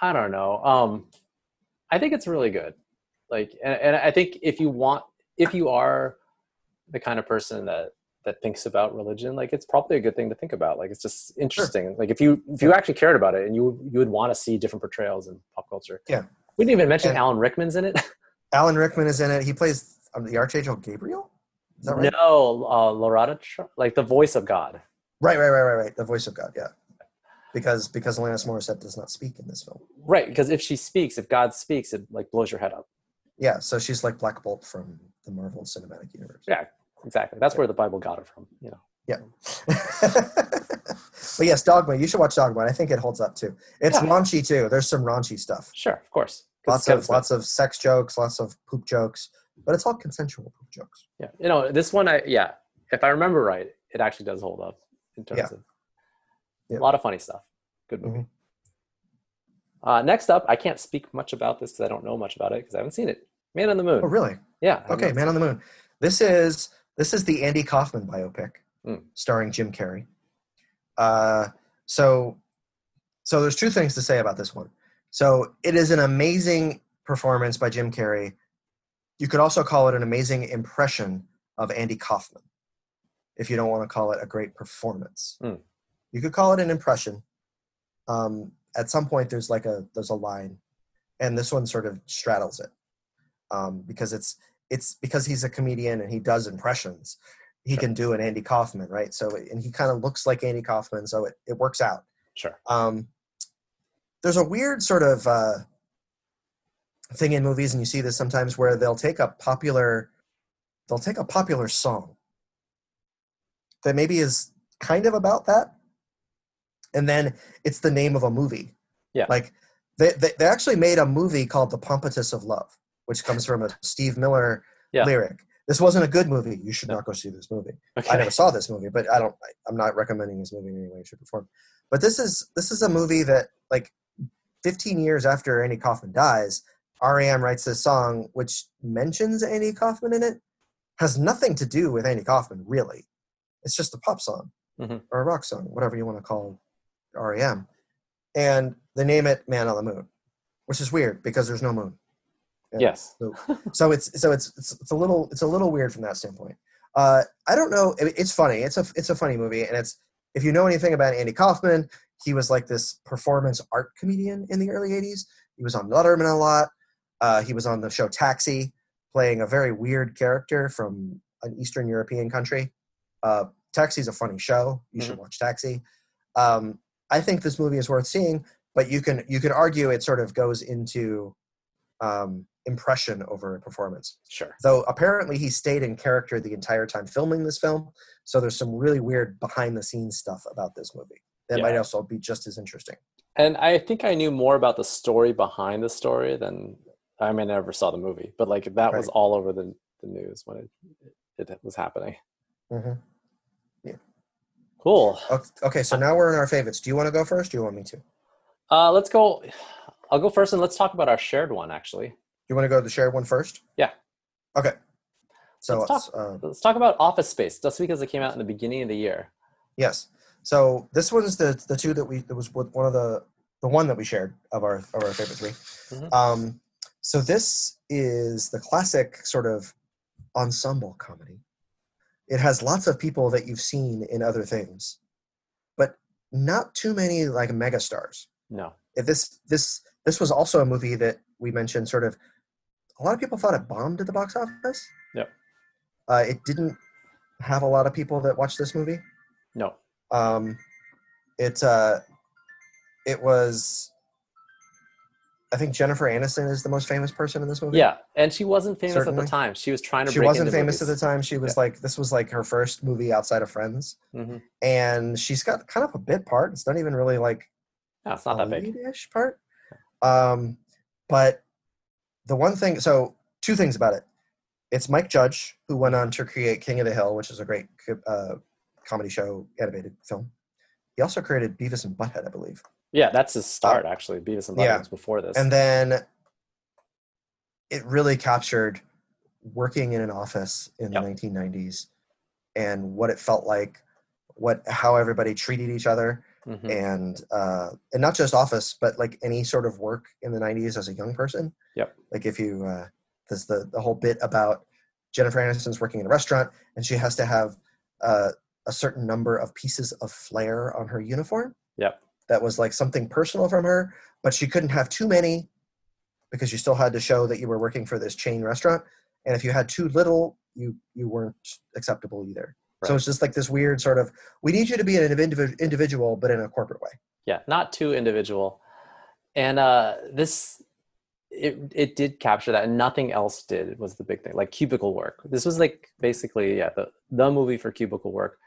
Speaker 2: I don't know. Um, I think it's really good. Like, and, and I think if you want, if you are the kind of person that, that thinks about religion, like it's probably a good thing to think about. Like, it's just interesting. Like if you, if you actually cared about it and you, you would want to see different portrayals in pop culture.
Speaker 1: Yeah.
Speaker 2: We didn't even mention
Speaker 1: And-
Speaker 2: Alan Rickman's in it.
Speaker 1: Alan Rickman is in it he plays um, the Archangel Gabriel is that right
Speaker 2: No, uh, Loretta, Tr- like the voice of God.
Speaker 1: right right right right right the voice of God yeah because because Alanis Morissette does not speak in this film.
Speaker 2: Right, because if she speaks, if God speaks, it like blows your head up.
Speaker 1: Yeah, so she's like Black Bolt from the Marvel Cinematic Universe.
Speaker 2: Yeah. Exactly. That's where the Bible got it from. You know.
Speaker 1: but yes, Dogma. You should watch Dogma. and I think it holds up too. It's
Speaker 2: Yeah.
Speaker 1: raunchy too. There's some raunchy stuff.
Speaker 2: Sure, of course. 'Cause
Speaker 1: Lots
Speaker 2: Kevin
Speaker 1: of
Speaker 2: Smith.
Speaker 1: lots of sex jokes, lots of poop jokes, but it's all consensual poop jokes.
Speaker 2: Yeah. You know, this one I yeah, if I remember right, it actually does hold up in terms
Speaker 1: Yeah.
Speaker 2: of
Speaker 1: Yeah.
Speaker 2: a lot of funny stuff. Good movie.
Speaker 1: Mm-hmm.
Speaker 2: Uh, next up, I can't speak much about this because I don't know much about it because I haven't seen it. Man on the Moon.
Speaker 1: Oh, really?
Speaker 2: Yeah. I haven't
Speaker 1: Okay,
Speaker 2: seen
Speaker 1: Man on the Moon. This is this is the Andy Kaufman biopic
Speaker 2: Mm.
Speaker 1: starring Jim Carrey. Uh, so, so there's two things to say about this one. So it is an amazing performance by Jim Carrey. You could also call it an amazing impression of Andy Kaufman, if you don't want to call it a great performance.
Speaker 2: Mm.
Speaker 1: You could call it an impression. Um, at some point, there's like a there's a line, and this one sort of straddles it um, because it's it's because he's a comedian and he does impressions he
Speaker 2: Sure.
Speaker 1: can do an andy kaufman right so and he kind of looks like andy kaufman so it, it works out
Speaker 2: Sure.
Speaker 1: um, there's a weird sort of uh, thing in movies, and you see this sometimes, where they'll take a popular, they'll take a popular song that maybe is kind of about that, and then it's the name of a movie.
Speaker 2: Yeah.
Speaker 1: Like they they, they actually made a movie called The Pompatus of Love, which comes from a Steve Miller
Speaker 2: Yeah.
Speaker 1: lyric. This wasn't a good movie. You should
Speaker 2: No.
Speaker 1: not go see this movie.
Speaker 2: Okay.
Speaker 1: I never saw this movie, but I don't. I, I'm not recommending this movie in any way, shape, or form. But this is this is a movie that, like, 15 years after Andy Kaufman dies, REM writes this song which mentions Andy Kaufman in it. Has nothing to do with Andy Kaufman, really. It's just a pop song
Speaker 2: Mhm.
Speaker 1: or a rock song, whatever you want to call REM. And they name it "Man on the Moon," which is weird because there's no moon. Yeah.
Speaker 2: Yes.
Speaker 1: so it's so it's, it's it's a little it's a little weird from that standpoint. Uh, I don't know. I mean, It's funny. It's a it's a funny movie, and it's if you know anything about Andy Kaufman, he was like this performance art comedian in the early '80s. He was on Letterman a lot. Uh, he was on the show Taxi, playing a very weird character from an Eastern European country. Uh, Taxi's a funny show. You should watch Taxi. Um, I think this movie is worth seeing, but you can you could argue it sort of goes into um, impression over performance.
Speaker 2: Sure.
Speaker 1: Though apparently he stayed in character the entire time filming this film, so there's some really weird behind the scenes stuff about this movie that
Speaker 2: Yeah.
Speaker 1: might also be just as interesting.
Speaker 2: And I think I knew more about the story behind the story than I mean, I never saw the movie, but like that was
Speaker 1: Right.
Speaker 2: all over the, the news when it, it was happening.
Speaker 1: Mhm.
Speaker 2: Uh Cool.
Speaker 1: Ok- Okay, so now we're in our favorites. Do you want to go first? Do you want me to?
Speaker 2: Uh, let's go. I'll go first and let's talk about our shared one, actually.
Speaker 1: You want to go to the shared one first?
Speaker 2: Yeah.
Speaker 1: Okay. So
Speaker 2: Let's talk-
Speaker 1: uh,
Speaker 2: Let's talk about Office Space, just because it came out in the beginning of the year.
Speaker 1: Yes. So this one's the the two that we that was one of the the one that we shared of our of our favorite 3
Speaker 2: Mhm.
Speaker 1: Um, so this is the classic sort of ensemble comedy. It has lots of people that you've seen in other things, but not too many like megastars.
Speaker 2: No.
Speaker 1: If this this this was also a movie that we mentioned sort of a lot of people thought it bombed at the box office.
Speaker 2: Yep.
Speaker 1: Uh, it didn't have a lot of people that watched this movie
Speaker 2: No.
Speaker 1: um, it uh, it was I think Jennifer Aniston is the most famous person in this movie.
Speaker 2: Yeah. And she wasn't famous at
Speaker 1: Certainly.
Speaker 2: the time. She was trying to
Speaker 1: she
Speaker 2: break
Speaker 1: wasn't
Speaker 2: into
Speaker 1: famous at the
Speaker 2: movies.
Speaker 1: time. She was like this was like her first movie outside of Friends,
Speaker 2: Mhm.
Speaker 1: and she's got kind of a bit part. It's not even really like
Speaker 2: No, it's not
Speaker 1: a
Speaker 2: that big.
Speaker 1: lead-ish part. Um, but the one thing, so two things about it. It's Mike Judge who went on to create King of the Hill, which is a great co- uh, comedy show animated film. He also created Beavis and Butthead, I believe.
Speaker 2: Yeah, that's his start, actually. Beavis and Butthead
Speaker 1: Uh, Yeah.
Speaker 2: was before this.
Speaker 1: And then it really captured working in an office in
Speaker 2: Yep.
Speaker 1: the 1990s and what it felt like, what how everybody treated each other,
Speaker 2: Mhm.
Speaker 1: and uh, and not just office, but like any sort of work in the 90s as a young person.
Speaker 2: Yep.
Speaker 1: Like if you uh, there's the the whole bit about Jennifer Aniston's working in a restaurant and she has to have uh, a certain number of pieces of flair on her uniform
Speaker 2: Yep.
Speaker 1: that was like something personal from her, but she couldn't have too many because you still had to show that you were working for this chain restaurant. And if you had too little, you you weren't acceptable either. So
Speaker 2: Right.
Speaker 1: it's just like this weird sort of we need you to be an individ- individual, but in a corporate way.
Speaker 2: yeah not too individual and uh this it it did capture that and nothing else did was the big thing like cubicle work this was like basically yeah the the movie for cubicle work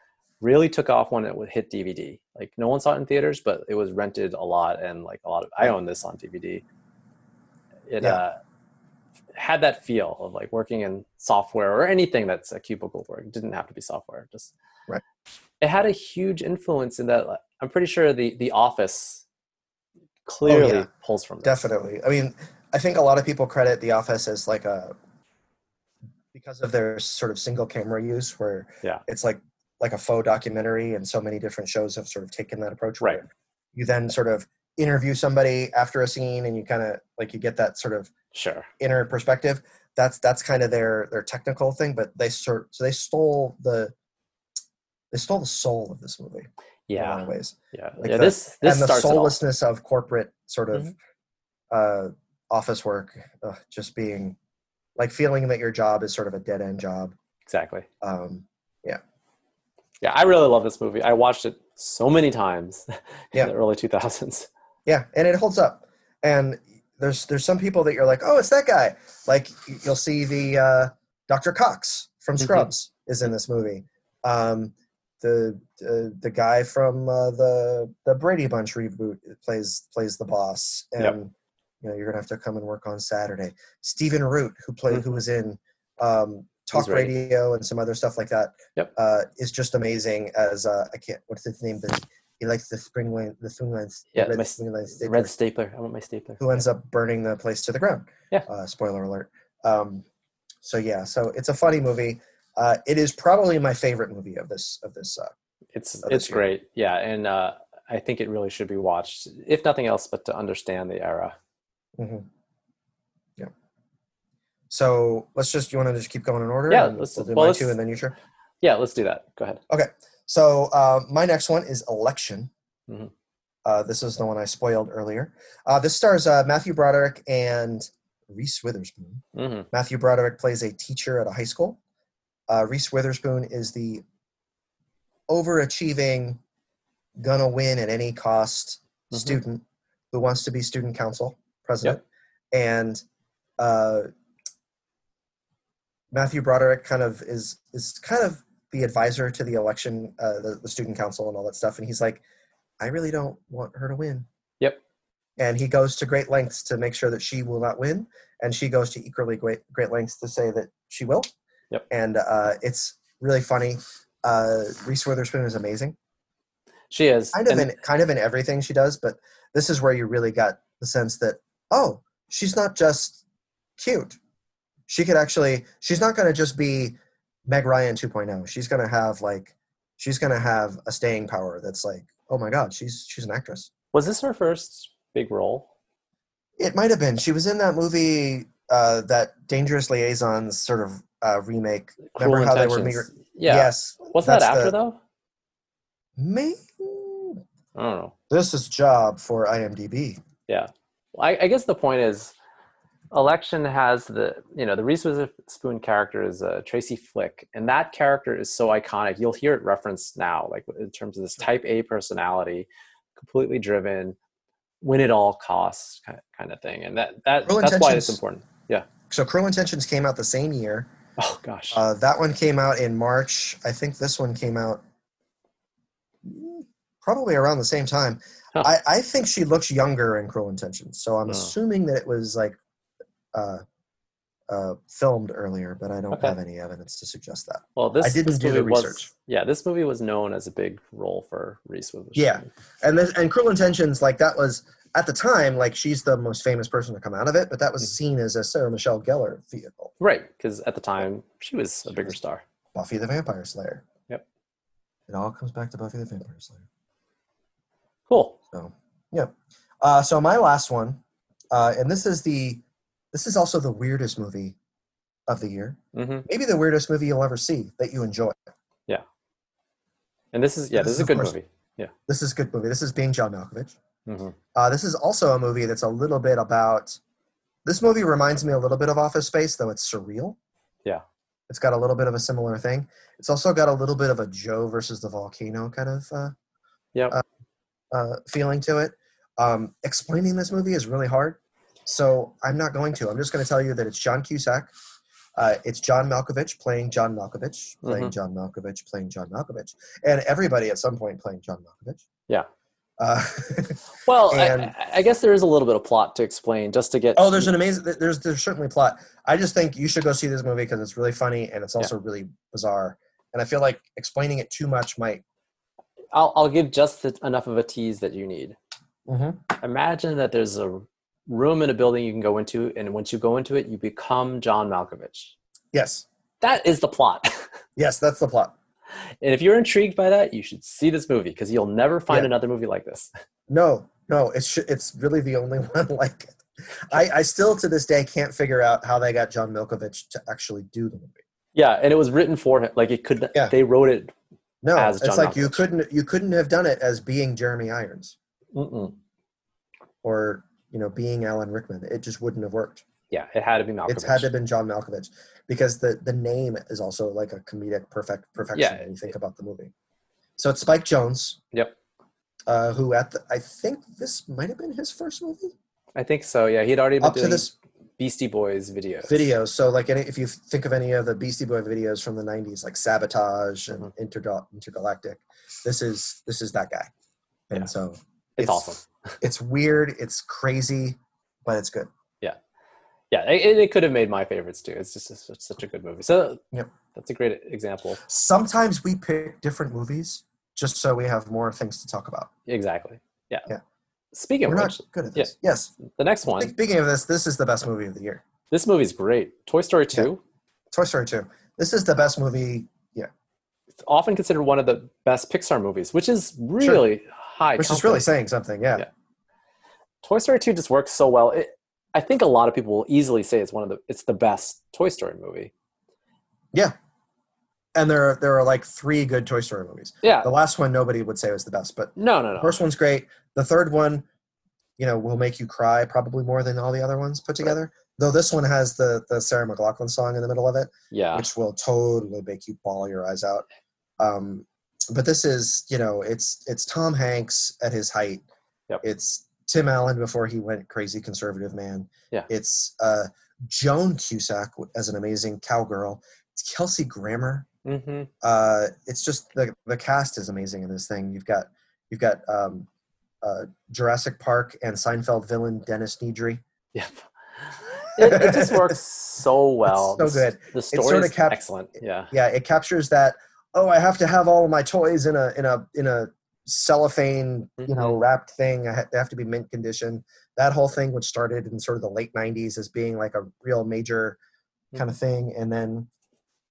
Speaker 2: really took off when it would hit dvd like no one saw it in theaters but it was rented a lot and like a lot of i own this on dvd it
Speaker 1: Yeah.
Speaker 2: uh had that feel of like working in software or anything that's a cubicle work it didn't have to be software just
Speaker 1: Right.
Speaker 2: it had a huge influence in that like, i'm pretty sure the the office clearly
Speaker 1: Oh, yeah.
Speaker 2: pulls from this.
Speaker 1: Definitely. I mean, I think a lot of people credit The Office as like a because of their sort of single camera use, where
Speaker 2: Yeah.
Speaker 1: it's like like a faux documentary, and so many different shows have sort of taken that approach. where
Speaker 2: Right.
Speaker 1: You then sort of interview somebody after a scene, and you kind of like you get that sort of
Speaker 2: sure
Speaker 1: inner perspective. That's that's kind of their their technical thing, but they sort so they stole the they stole the soul of this movie in a lot
Speaker 2: yeah
Speaker 1: of ways
Speaker 2: yeah,
Speaker 1: Like
Speaker 2: yeah
Speaker 1: the-
Speaker 2: this this
Speaker 1: and the
Speaker 2: starts it all. Mm-hmm.
Speaker 1: soullessness of corporate sort of uh, office work, uh, just being like feeling that your job is sort of a dead end job.
Speaker 2: exactly
Speaker 1: Um,
Speaker 2: yeah i really love this movie i watched it so many times in
Speaker 1: Yeah.
Speaker 2: the early 2000s
Speaker 1: yeah, and it holds up. And there's there's some people that you're like, oh, it's that guy. Like you'll see the uh, Dr. Cox from
Speaker 2: Mhm.
Speaker 1: Scrubs is in this movie. Um, the uh, the guy from uh, the the Brady Bunch reboot uh, plays plays the boss, and
Speaker 2: Yep.
Speaker 1: you know you're gonna have to come and work on Saturday. Stephen Root, who played who was in um, Talk
Speaker 2: Mm-hmm. He's right.
Speaker 1: Radio and some other stuff like that,
Speaker 2: Yep.
Speaker 1: uh, is just amazing. As uh, I can't what's his name, but he likes the spring wind, the spring winds,
Speaker 2: Yeah,
Speaker 1: red,
Speaker 2: my-
Speaker 1: spring winds-
Speaker 2: Red stapler. I want my stapler.
Speaker 1: who ends up burning the place to the ground.
Speaker 2: Yeah.
Speaker 1: Uh, spoiler alert. Um, so yeah, so it's a funny movie. Uh, it is probably my favorite movie of this of this. Uh,
Speaker 2: It's
Speaker 1: Oh,
Speaker 2: it's
Speaker 1: this year.
Speaker 2: great. Yeah, and uh, I think it really should be watched, if nothing else, but to understand the era.
Speaker 1: mm-hmm. so let's just you want to just keep going in order.
Speaker 2: Yeah,
Speaker 1: and
Speaker 2: let's-
Speaker 1: we'll do
Speaker 2: well,
Speaker 1: mine
Speaker 2: let's-
Speaker 1: too, and then you sure.
Speaker 2: Yeah, let's do that. Go ahead.
Speaker 1: So uh, my next one is Election.
Speaker 2: Mhm.
Speaker 1: Uh, this is the one I spoiled earlier. Uh, this stars uh, Matthew Broderick and Reese Witherspoon.
Speaker 2: hmm
Speaker 1: Matthew Broderick plays a teacher at a high school. Uh, Reese Witherspoon is the overachieving, gonna win at any cost
Speaker 2: Mhm.
Speaker 1: student who wants to be student council president. And uh, Matthew Broderick kind of is is kind of the advisor to the election, uh, the, the student council, and all that stuff. And he's like, I really don't want her to win.
Speaker 2: Yep.
Speaker 1: And he goes to great lengths to make sure that she will not win and she goes to equally great great lengths to say that she will.
Speaker 2: Yep.
Speaker 1: And uh, it's really funny. Uh, Reese Witherspoon is amazing,
Speaker 2: She is.
Speaker 1: kind of
Speaker 2: and-
Speaker 1: in kind of in everything she does, but this is where you really got the sense that oh, she's not just cute. She could actually. She's not going to just be Meg Ryan 2.0. She's going to have like. She's going to have a staying power that's like, oh my god, she's she's an actress.
Speaker 2: was this her first big role?
Speaker 1: It might have been. She was in that movie, uh, that Dangerous Liaisons sort of uh, remake.
Speaker 2: Cruel
Speaker 1: Remember how they were
Speaker 2: Intentions. yeah.
Speaker 1: Yes.
Speaker 2: Was that
Speaker 1: that's
Speaker 2: after
Speaker 1: the-
Speaker 2: though?
Speaker 1: Me?
Speaker 2: I don't know.
Speaker 1: This is job for IMDb.
Speaker 2: Well, I, I guess the point is, election has the you know the Reese Witherspoon character is uh, Tracy Flick, and that character is so iconic. You'll hear it referenced now, like in terms of this Type A personality, completely driven, win at all costs kind of, kind of thing, and that that
Speaker 1: Cruel
Speaker 2: that's why it's
Speaker 1: Intentions.
Speaker 2: important.
Speaker 1: So Cruel Intentions came out the same year.
Speaker 2: Oh gosh,
Speaker 1: Uh, that one came out in March. I think this one came out mm, probably around the same time.
Speaker 2: Huh.
Speaker 1: I, I think she looks younger in Cruel Intentions, so I'm
Speaker 2: Oh.
Speaker 1: assuming that it was like uh, uh, filmed earlier, but I don't
Speaker 2: Okay.
Speaker 1: have any evidence to suggest that.
Speaker 2: well this,
Speaker 1: I didn't
Speaker 2: this
Speaker 1: do the
Speaker 2: movie
Speaker 1: research.
Speaker 2: was yeah this movie was known as a big role for Reese Witherspoon.
Speaker 1: Yeah. and this and cruel intentions like that was at the time like she's the most famous person to come out of it but that was
Speaker 2: Mhm.
Speaker 1: seen as a sarah michelle gellar vehicle
Speaker 2: right because at the time she was a bigger star.
Speaker 1: buffy the vampire slayer
Speaker 2: Yep.
Speaker 1: it all comes back to buffy the vampire slayer
Speaker 2: Cool.
Speaker 1: so yeah uh, so my last one uh, and this is the this is also the weirdest movie of the year
Speaker 2: hmm
Speaker 1: maybe the weirdest movie you'll ever see that you enjoy
Speaker 2: And this is yeah
Speaker 1: This
Speaker 2: this,
Speaker 1: is,
Speaker 2: is a
Speaker 1: of
Speaker 2: good
Speaker 1: course-
Speaker 2: movie.
Speaker 1: this is a good movie this is being john malkovich
Speaker 2: hmm
Speaker 1: Uh, this is also a movie that's a little bit about. This movie reminds me a little bit of Office Space, though it's surreal.
Speaker 2: Yeah.
Speaker 1: It's got a little bit of a similar thing. It's also got a little bit of a Joe versus the volcano kind of uh,
Speaker 2: Yep.
Speaker 1: uh, uh, feeling to it. Um, explaining this movie is really hard, so I'm not going to. I'm just going to tell you that it's John Cusack. Uh, it's John Malkovich playing John Malkovich, playing
Speaker 2: Mhm.
Speaker 1: John Malkovich, playing John Malkovich, and everybody at some point playing John Malkovich.
Speaker 2: Yeah.
Speaker 1: Uh,
Speaker 2: Well,
Speaker 1: And-
Speaker 2: I, I- I guess there is a little bit of plot to explain just to get.
Speaker 1: Oh, there's an amazing. th- There's there's certainly plot. I just think you should go see this movie because it's really funny and it's also really bizarre. And I feel like explaining it too much might.
Speaker 2: I'll, I'll give just the, enough of a tease that you need. Mm-hmm. Imagine that there's a room in a building you can go into, and once you go into it, you become John Malkovich.
Speaker 1: Yes,
Speaker 2: That is the plot.
Speaker 1: yes, that's the plot.
Speaker 2: and if you're intrigued by that, you should see this movie because you'll never find
Speaker 1: Yeah.
Speaker 2: another movie like this.
Speaker 1: No, no, it's sh- it's really the only one like it. I, I still to this day can't figure out how they got John Milkovich to actually do the movie.
Speaker 2: Yeah, and it was written for him. Like it could.
Speaker 1: Yeah.
Speaker 2: They wrote it.
Speaker 1: No,
Speaker 2: As
Speaker 1: it's
Speaker 2: John
Speaker 1: like you
Speaker 2: Malkovich.
Speaker 1: couldn't you couldn't have done it as being Jeremy Irons
Speaker 2: Mm-mm.
Speaker 1: or you know being Alan Rickman. It just wouldn't have worked.
Speaker 2: Yeah, it had to be Malkovich.
Speaker 1: It's had to have been John Malkovich because the the name is also like a comedic perfect perfection
Speaker 2: Yeah.
Speaker 1: when you think about the movie. So it's Spike Jones,
Speaker 2: yep.
Speaker 1: uh, who at the, I think this might have been his first movie.
Speaker 2: I think so. Yeah, he'd already been
Speaker 1: Up to
Speaker 2: doing
Speaker 1: this
Speaker 2: Beastie Boys videos.
Speaker 1: videos. So like any, if you think of any of the Beastie Boy videos from the '90s, like Sabotage and
Speaker 2: Mm-hmm.
Speaker 1: Intergal- Intergalactic, this is this is that guy. And
Speaker 2: Yeah.
Speaker 1: so
Speaker 2: It's, awesome.
Speaker 1: It's weird. It's crazy, but it's good.
Speaker 2: Yeah, it, it- it could have made my favorites too. It's just it's such a good movie. So
Speaker 1: Yep.
Speaker 2: that's a great example.
Speaker 1: Sometimes we pick different movies just so we have more things to talk about.
Speaker 2: Exactly. Yeah.
Speaker 1: Yeah.
Speaker 2: Speaking of
Speaker 1: We're
Speaker 2: which,
Speaker 1: not good at this. Yes.
Speaker 2: the next one.
Speaker 1: Speaking of this, this is the best movie of the year.
Speaker 2: This movie's great. Toy Story
Speaker 1: Yeah.
Speaker 2: 2,
Speaker 1: Toy Story 2. This is the best movie.
Speaker 2: it's often considered one of the best Pixar movies, which is really high.
Speaker 1: Which is
Speaker 2: compliment.
Speaker 1: really saying something. Yeah.
Speaker 2: Yeah. Toy Story 2 just works so well. It, I think a lot of people will easily say it's one of the it's the best Toy Story movie.
Speaker 1: And there are, there are like three good Toy Story movies.
Speaker 2: Yeah.
Speaker 1: The last one nobody would say was the best, but
Speaker 2: No, no, no.
Speaker 1: the Oh, first one's great. The third one, you know, will make you cry probably more than all the other ones put together. Though this one has the the Sarah McLaughlin song in the middle of it.
Speaker 2: yeah.
Speaker 1: which will totally make you bawl your eyes out. Um, but this is, you know, it's it's Tom Hanks at his height.
Speaker 2: Yep.
Speaker 1: It's Tim Allen before he went crazy conservative man.
Speaker 2: Yeah.
Speaker 1: It's uh, Joan Cusack w- as an amazing cowgirl. It's Kelsey Grammer.
Speaker 2: hmm
Speaker 1: Uh, it's just the the cast is amazing in this thing. You've got you've got um, uh, Jurassic Park and Seinfeld villain Dennis Nedry.
Speaker 2: Yep. It, it just works so well.
Speaker 1: so
Speaker 2: The s- The story
Speaker 1: sorta
Speaker 2: is
Speaker 1: cap-
Speaker 2: excellent. Yeah.
Speaker 1: yeah it captures that oh i have to have all of my toys in a in a in a cellophane you know wrapped thing I ha- they have to be mint condition that whole thing which started in sort of the late 90s as being like a real major kind of thing and then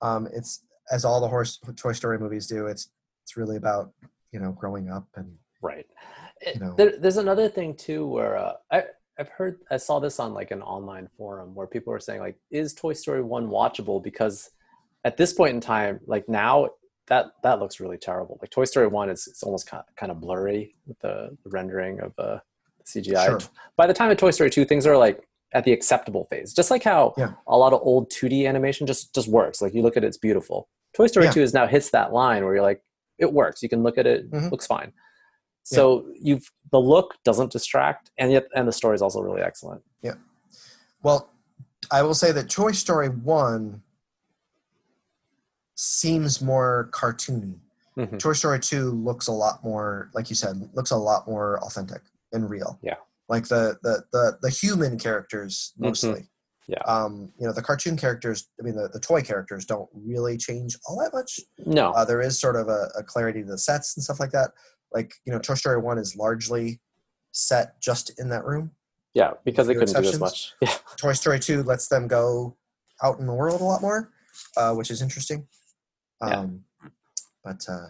Speaker 1: um, it's as all the horse toy story movies do it's it's really about you know growing up and
Speaker 2: Right. It-
Speaker 1: You know.
Speaker 2: Eh, there, there's another thing too where uh, I I've heard I saw this on like an online forum where people were saying like is Toy Story one watchable because at this point in time like now that that looks really terrible like Toy Story one is it's almost kind of, kind of blurry with the, the rendering of uh, CGI.
Speaker 1: Sure.
Speaker 2: By the time of Toy Story two things are like at the acceptable phase just like how
Speaker 1: Yeah.
Speaker 2: a lot of old 2D animation just just works like you look at it, it's beautiful. Toy Story
Speaker 1: Yeah.
Speaker 2: two is now hits that line where you're like it works you can look at it
Speaker 1: Mhm.
Speaker 2: looks fine. So you've the look doesn't distract, and yet and the story is also really excellent.
Speaker 1: well i will say that toy story 1 seems more cartoony
Speaker 2: Mhm.
Speaker 1: Toy Story 2 looks a lot more, like you said, looks a lot more authentic and real.
Speaker 2: Yeah.
Speaker 1: Like the the the, the human characters
Speaker 2: Mhm.
Speaker 1: mostly.
Speaker 2: Yeah.
Speaker 1: Um, you know, the cartoon characters, I mean the, the toy characters don't really change all that much.
Speaker 2: No,
Speaker 1: Uh, there is sort of a, a clarity to the sets and stuff like that. Like, you know, Toy Story 1 is largely set just in that room.
Speaker 2: yeah, because they
Speaker 1: few
Speaker 2: couldn't do as
Speaker 1: exceptions.
Speaker 2: much. Yeah,
Speaker 1: Toy Story 2 lets them go out in the world a lot more, uh, which is interesting.
Speaker 2: Yeah.
Speaker 1: Um, But uh,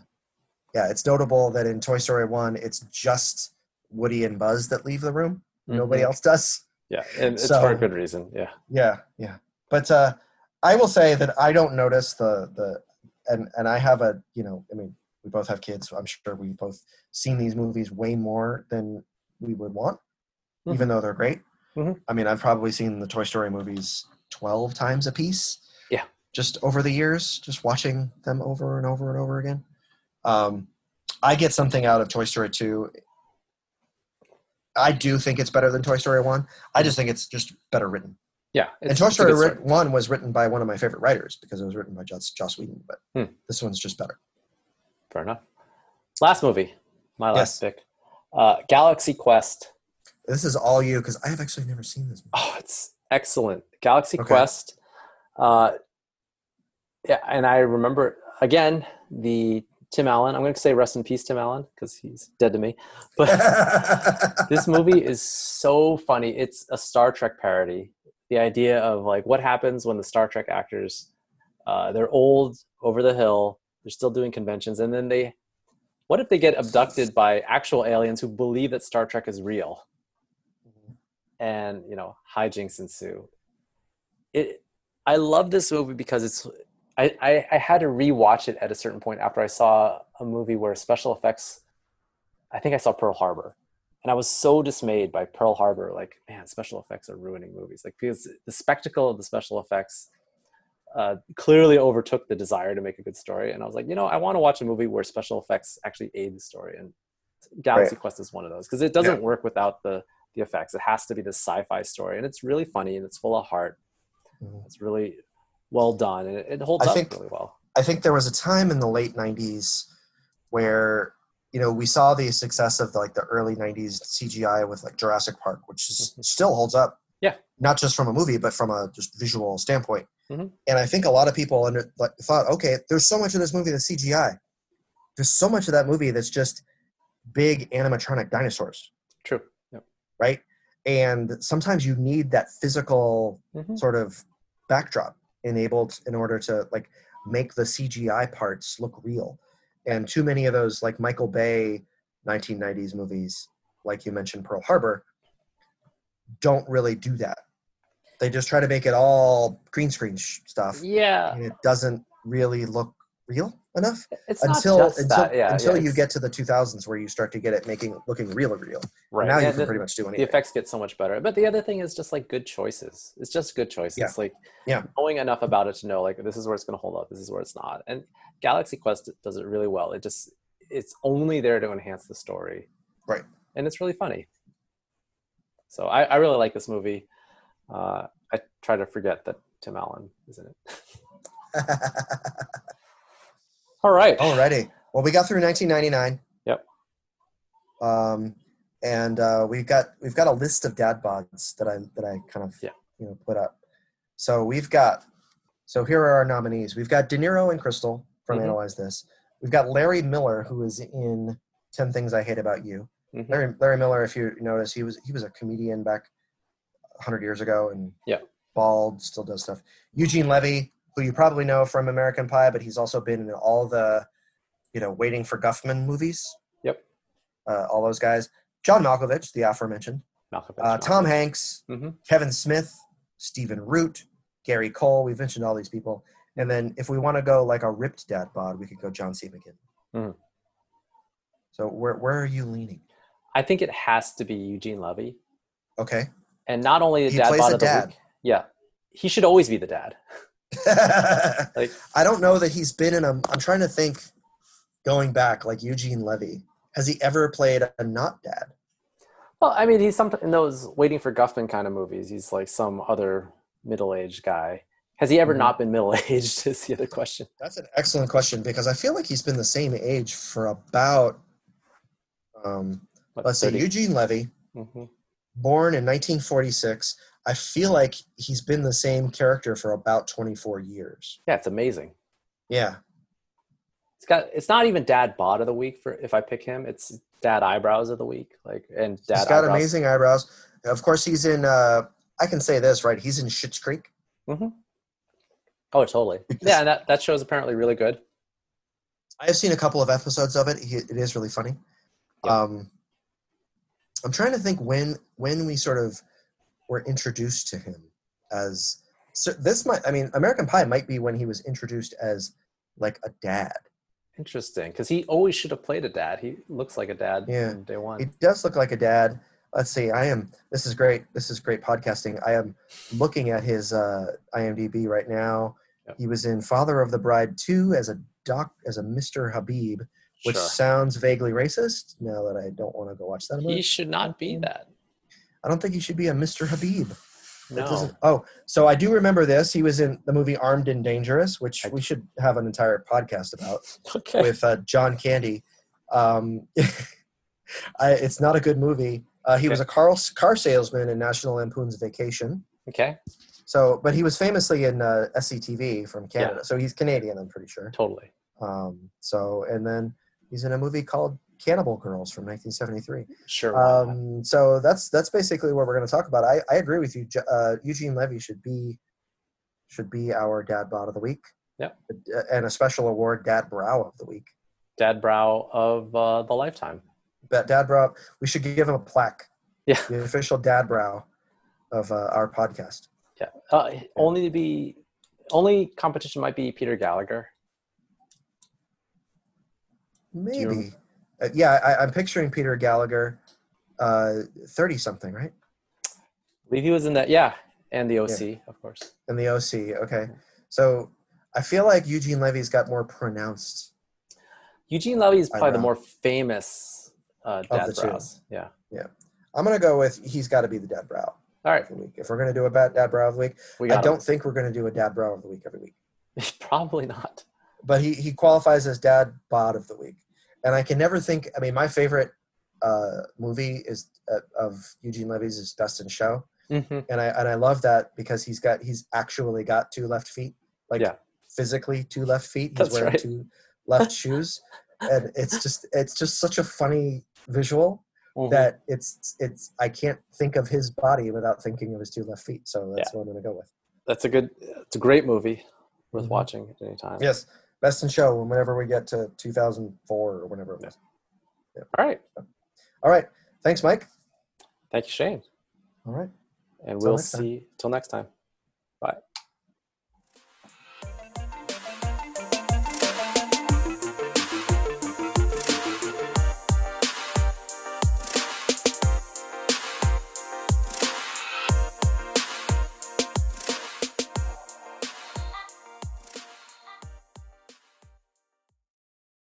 Speaker 1: yeah, it's notable that in Toy Story 1, it's just Woody and Buzz that leave the room. Nobody
Speaker 2: Mhm.
Speaker 1: else does.
Speaker 2: Yeah, and it's
Speaker 1: So-
Speaker 2: for a good reason. Yeah,
Speaker 1: Yeah, yeah. But uh, I will say that I don't notice the the and and I have a you know I mean we both have kids. So I'm sure we both seen these movies way more than we would want, even though they're great.
Speaker 2: Mhm.
Speaker 1: I mean, I've probably seen the Toy Story movies twelve times a piece.
Speaker 2: Yeah.
Speaker 1: just over the years, just watching them over and over and over again. Um, I get something out of Toy Story two. I do think it's better than Toy Story one. I just think it's just better written
Speaker 2: yeah. It's,
Speaker 1: and Toy
Speaker 2: it's a
Speaker 1: Story
Speaker 2: good story.
Speaker 1: writ- one was written by one of my favorite writers because it was written by Joss, Joss Whedon, but
Speaker 2: Hmm.
Speaker 1: this one's just better.
Speaker 2: Fair enough. Last movie, my
Speaker 1: Yes.
Speaker 2: last pick, uh, Galaxy Quest.
Speaker 1: This is all you because I have actually never seen this. Movie.
Speaker 2: Oh, it's excellent. Galaxy
Speaker 1: Okay.
Speaker 2: Quest. Uh, yeah, and I remember again the Tim Allen. I'm going to say rest in peace, Tim Allen, because he's dead to me. But this movie is so funny. It's a Star Trek parody. The idea of like what happens when the Star Trek actors, uh, they're old, over the hill, they're still doing conventions, and then they, what if they get abducted by actual aliens who believe that Star Trek is real, and you know hijinks ensue. It, I love this movie because it's. I, I, I had to rewatch it at a certain point after I saw a movie where special effects. I think I saw Pearl Harbor, and I was so dismayed by Pearl Harbor. Like, man, special effects are ruining movies. Like, because the spectacle of the special effects uh, clearly overtook the desire to make a good story. And I was like, you know, I want to watch a movie where special effects actually aid the story. And Galaxy Quest is one of those because it doesn't work without the the effects. It has to be this sci-fi story, and it's really funny and it's full of heart.
Speaker 1: Mhm.
Speaker 2: It's really well done, and it, it holds
Speaker 1: I
Speaker 2: up
Speaker 1: think-
Speaker 2: really well.
Speaker 1: I think there was a time in the late '90s where you know we saw the success of like the early '90s CGI with like Jurassic Park, which is, still holds up.
Speaker 2: Yeah.
Speaker 1: Not just from a movie, but from a just visual standpoint.
Speaker 2: Mhm.
Speaker 1: And I think a lot of people under like thought, okay, there's so much of this movie that's CGI. There's so much of that movie that's just big animatronic dinosaurs,
Speaker 2: True. Yep.
Speaker 1: right? And sometimes you need that physical
Speaker 2: Mhm.
Speaker 1: sort of backdrop enabled in order to like make the CGI parts look real. And too many of those like Michael Bay 1990s movies, like you mentioned Pearl Harbor, don't really do that. They just try to make it all green screen sh- stuff
Speaker 2: Yeah,
Speaker 1: and it doesn't really look real enough
Speaker 2: it's
Speaker 1: until
Speaker 2: not just
Speaker 1: until,
Speaker 2: that. Yeah,
Speaker 1: until
Speaker 2: yeah,
Speaker 1: you
Speaker 2: it's-
Speaker 1: get to the 2000s where you start to get it making looking real real.
Speaker 2: right
Speaker 1: Now
Speaker 2: Yeah,
Speaker 1: you can
Speaker 2: the-
Speaker 1: pretty much do
Speaker 2: the
Speaker 1: anything.
Speaker 2: effects get so much better. But the other thing is just like good choices. It's just good choices.
Speaker 1: Yeah.
Speaker 2: Like
Speaker 1: Yeah.
Speaker 2: knowing enough about it to know like this is where it's going to hold up. This is where it's not. And Galaxy Quest does it really well. It just it's only there to enhance the story.
Speaker 1: Right.
Speaker 2: And it's really funny. So I, I really like this movie. Uh, I try to forget that Tim Allen is in it. All right.
Speaker 1: Alrighty. Well, we got through 1999.
Speaker 2: Yep.
Speaker 1: Um, and uh, we've got we've got a list of dad bods that I that I kind of
Speaker 2: Yeah.
Speaker 1: you know put up. So we've got so here are our nominees. We've got De Niro and Crystal from
Speaker 2: Mhm.
Speaker 1: Analyze This. We've got Larry Miller who is in Ten Things I Hate About You.
Speaker 2: Mhm.
Speaker 1: Larry Larry Miller, if you notice, he was he was a comedian back 100 years ago, and
Speaker 2: Yeah.
Speaker 1: bald, still does stuff. Eugene Levy, who you probably know from American Pie, but he's also been in all the, you know, Waiting for Guffman movies.
Speaker 2: Yep.
Speaker 1: Uh, all those guys. John Malkovich, the aforementioned.
Speaker 2: Malcolm X,
Speaker 1: Uh,
Speaker 2: Malcolm
Speaker 1: Tom
Speaker 2: X.
Speaker 1: Hanks,
Speaker 2: Mhm.
Speaker 1: Kevin Smith, Stephen Root, Gary Cole. We've mentioned all these people. And then if we want to go like a ripped dad bod, we could go John C. McGinn.
Speaker 2: Mhm.
Speaker 1: So where where are you leaning?
Speaker 2: I think it has to be Eugene Levy.
Speaker 1: Okay.
Speaker 2: And not only the
Speaker 1: He
Speaker 2: dad
Speaker 1: plays
Speaker 2: bod
Speaker 1: a
Speaker 2: of the
Speaker 1: dad.
Speaker 2: week. Yeah. He should always be the dad. Like
Speaker 1: I don't know that he's been in a. I'm trying to think, going back like Eugene Levy, has he ever played a not dad?
Speaker 2: Well, I mean, he's some in those waiting for Guffman kind of movies. He's like some other middle-aged guy. Has he ever
Speaker 1: Mhm.
Speaker 2: not been middle-aged? Is the other question.
Speaker 1: That's an excellent question because I feel like he's been the same age for about. Um,
Speaker 2: What,
Speaker 1: let's say Eugene Levy,
Speaker 2: Mhm.
Speaker 1: born in 1946. I feel like he's been the same character for about 24 years.
Speaker 2: Yeah, it's amazing.
Speaker 1: Yeah,
Speaker 2: It's got. It's not even Dad Bod of the week for if I pick him. It's Dad Eyebrows of the week. Like and Dad.
Speaker 1: he's got
Speaker 2: Eyebrows.
Speaker 1: amazing eyebrows. Of course, he's in. Uh, I can say this right. He's in Schitt's Creek.
Speaker 2: Oh, totally. Yeah, and that that show is apparently really good.
Speaker 1: I have seen a couple of episodes of it. He- It is really funny.
Speaker 2: Yeah.
Speaker 1: Um, I'm trying to think when when we sort of were introduced to him as so this might I mean American Pie might be when he was introduced as like a dad.
Speaker 2: Interesting, because he always should have played a dad. He looks like a dad.
Speaker 1: Yeah.
Speaker 2: from day one.
Speaker 1: He does look like a dad. Let's see. I am. This is great. This is great podcasting. I am looking at his uh, IMDb right now.
Speaker 2: Yep.
Speaker 1: He was in Father of the Bride 2 as a doc as a Mr. Habib, which
Speaker 2: sure.
Speaker 1: sounds vaguely racist. Now that I don't want to go watch that movie.
Speaker 2: He should not be that.
Speaker 1: I don't think he should be a Mr. Habib. That
Speaker 2: No.
Speaker 1: doesn't- Oh, so I do remember this. He was in the movie Armed and Dangerous, which
Speaker 2: I-
Speaker 1: we should have an entire podcast about
Speaker 2: Okay.
Speaker 1: with uh, John Candy. Um, I, it's not a good movie. Uh, he was a car, car salesman in National Lampoon's Vacation.
Speaker 2: okay.
Speaker 1: So, but he was famously in uh, SCTV from Canada. So he's Canadian, I'm pretty sure.
Speaker 2: Totally.
Speaker 1: Um, so, and then he's in a movie called Cannibal Girls from 1973.
Speaker 2: Sure. why not?
Speaker 1: Um, so that's that's basically what we're going to talk about. I, I agree with you. Ju- Uh, Eugene Levy should be should be our dad bod of the week.
Speaker 2: Yep.
Speaker 1: Uh, And a special award, dad brow of the week.
Speaker 2: Dad Brow of uh, the Lifetime.
Speaker 1: But dad brow. We should give him a plaque.
Speaker 2: Yeah.
Speaker 1: The official dad brow of uh, our podcast.
Speaker 2: Yeah. Uh, only to be, only competition might be Peter Gallagher.
Speaker 1: Maybe. Uh, yeah, I, I'm picturing Peter Gallagher, thirty something, right?
Speaker 2: I believe he was in that. Yeah. And the OC, of course.
Speaker 1: In the OC. Okay. So I feel like Eugene Levy's got more pronounced.
Speaker 2: Eugene Levy is probably the
Speaker 1: Eyebrow.
Speaker 2: more famous uh,
Speaker 1: the
Speaker 2: Dad
Speaker 1: two.
Speaker 2: Brows. Yeah.
Speaker 1: I'm gonna go with he's got to be the dad brow
Speaker 2: All right,
Speaker 1: of the week. If we're gonna do a bad dad brow of the week,
Speaker 2: we
Speaker 1: I
Speaker 2: got.
Speaker 1: don't think we're gonna do a dad brow of the week every week.
Speaker 2: him. Probably not.
Speaker 1: but he, he qualifies as dad bod of the week. And I can never think. I mean, my favorite uh, movie is uh, of Eugene Levy's is Best in Show,
Speaker 2: Mhm.
Speaker 1: and I and I love that because he's got he's actually got two left feet, like
Speaker 2: Yeah.
Speaker 1: physically two left feet. He's
Speaker 2: That's
Speaker 1: wearing
Speaker 2: right.
Speaker 1: two left shoes, and it's just it's just such a funny visual
Speaker 2: Mhm.
Speaker 1: that it's it's I can't think of his body without thinking of his two left feet. So that's what I'm gonna go with.
Speaker 2: That's a good. It's a great movie, worth
Speaker 1: Mhm.
Speaker 2: watching at any time.
Speaker 1: Yes, Best in Show. Whenever we get to 2004 or whenever it was.
Speaker 2: All right.
Speaker 1: All right. Thanks, Mike.
Speaker 2: Thank you, Shane,
Speaker 1: All right.
Speaker 2: and
Speaker 1: Till
Speaker 2: we'll
Speaker 1: next time.
Speaker 2: see till next time. Bye.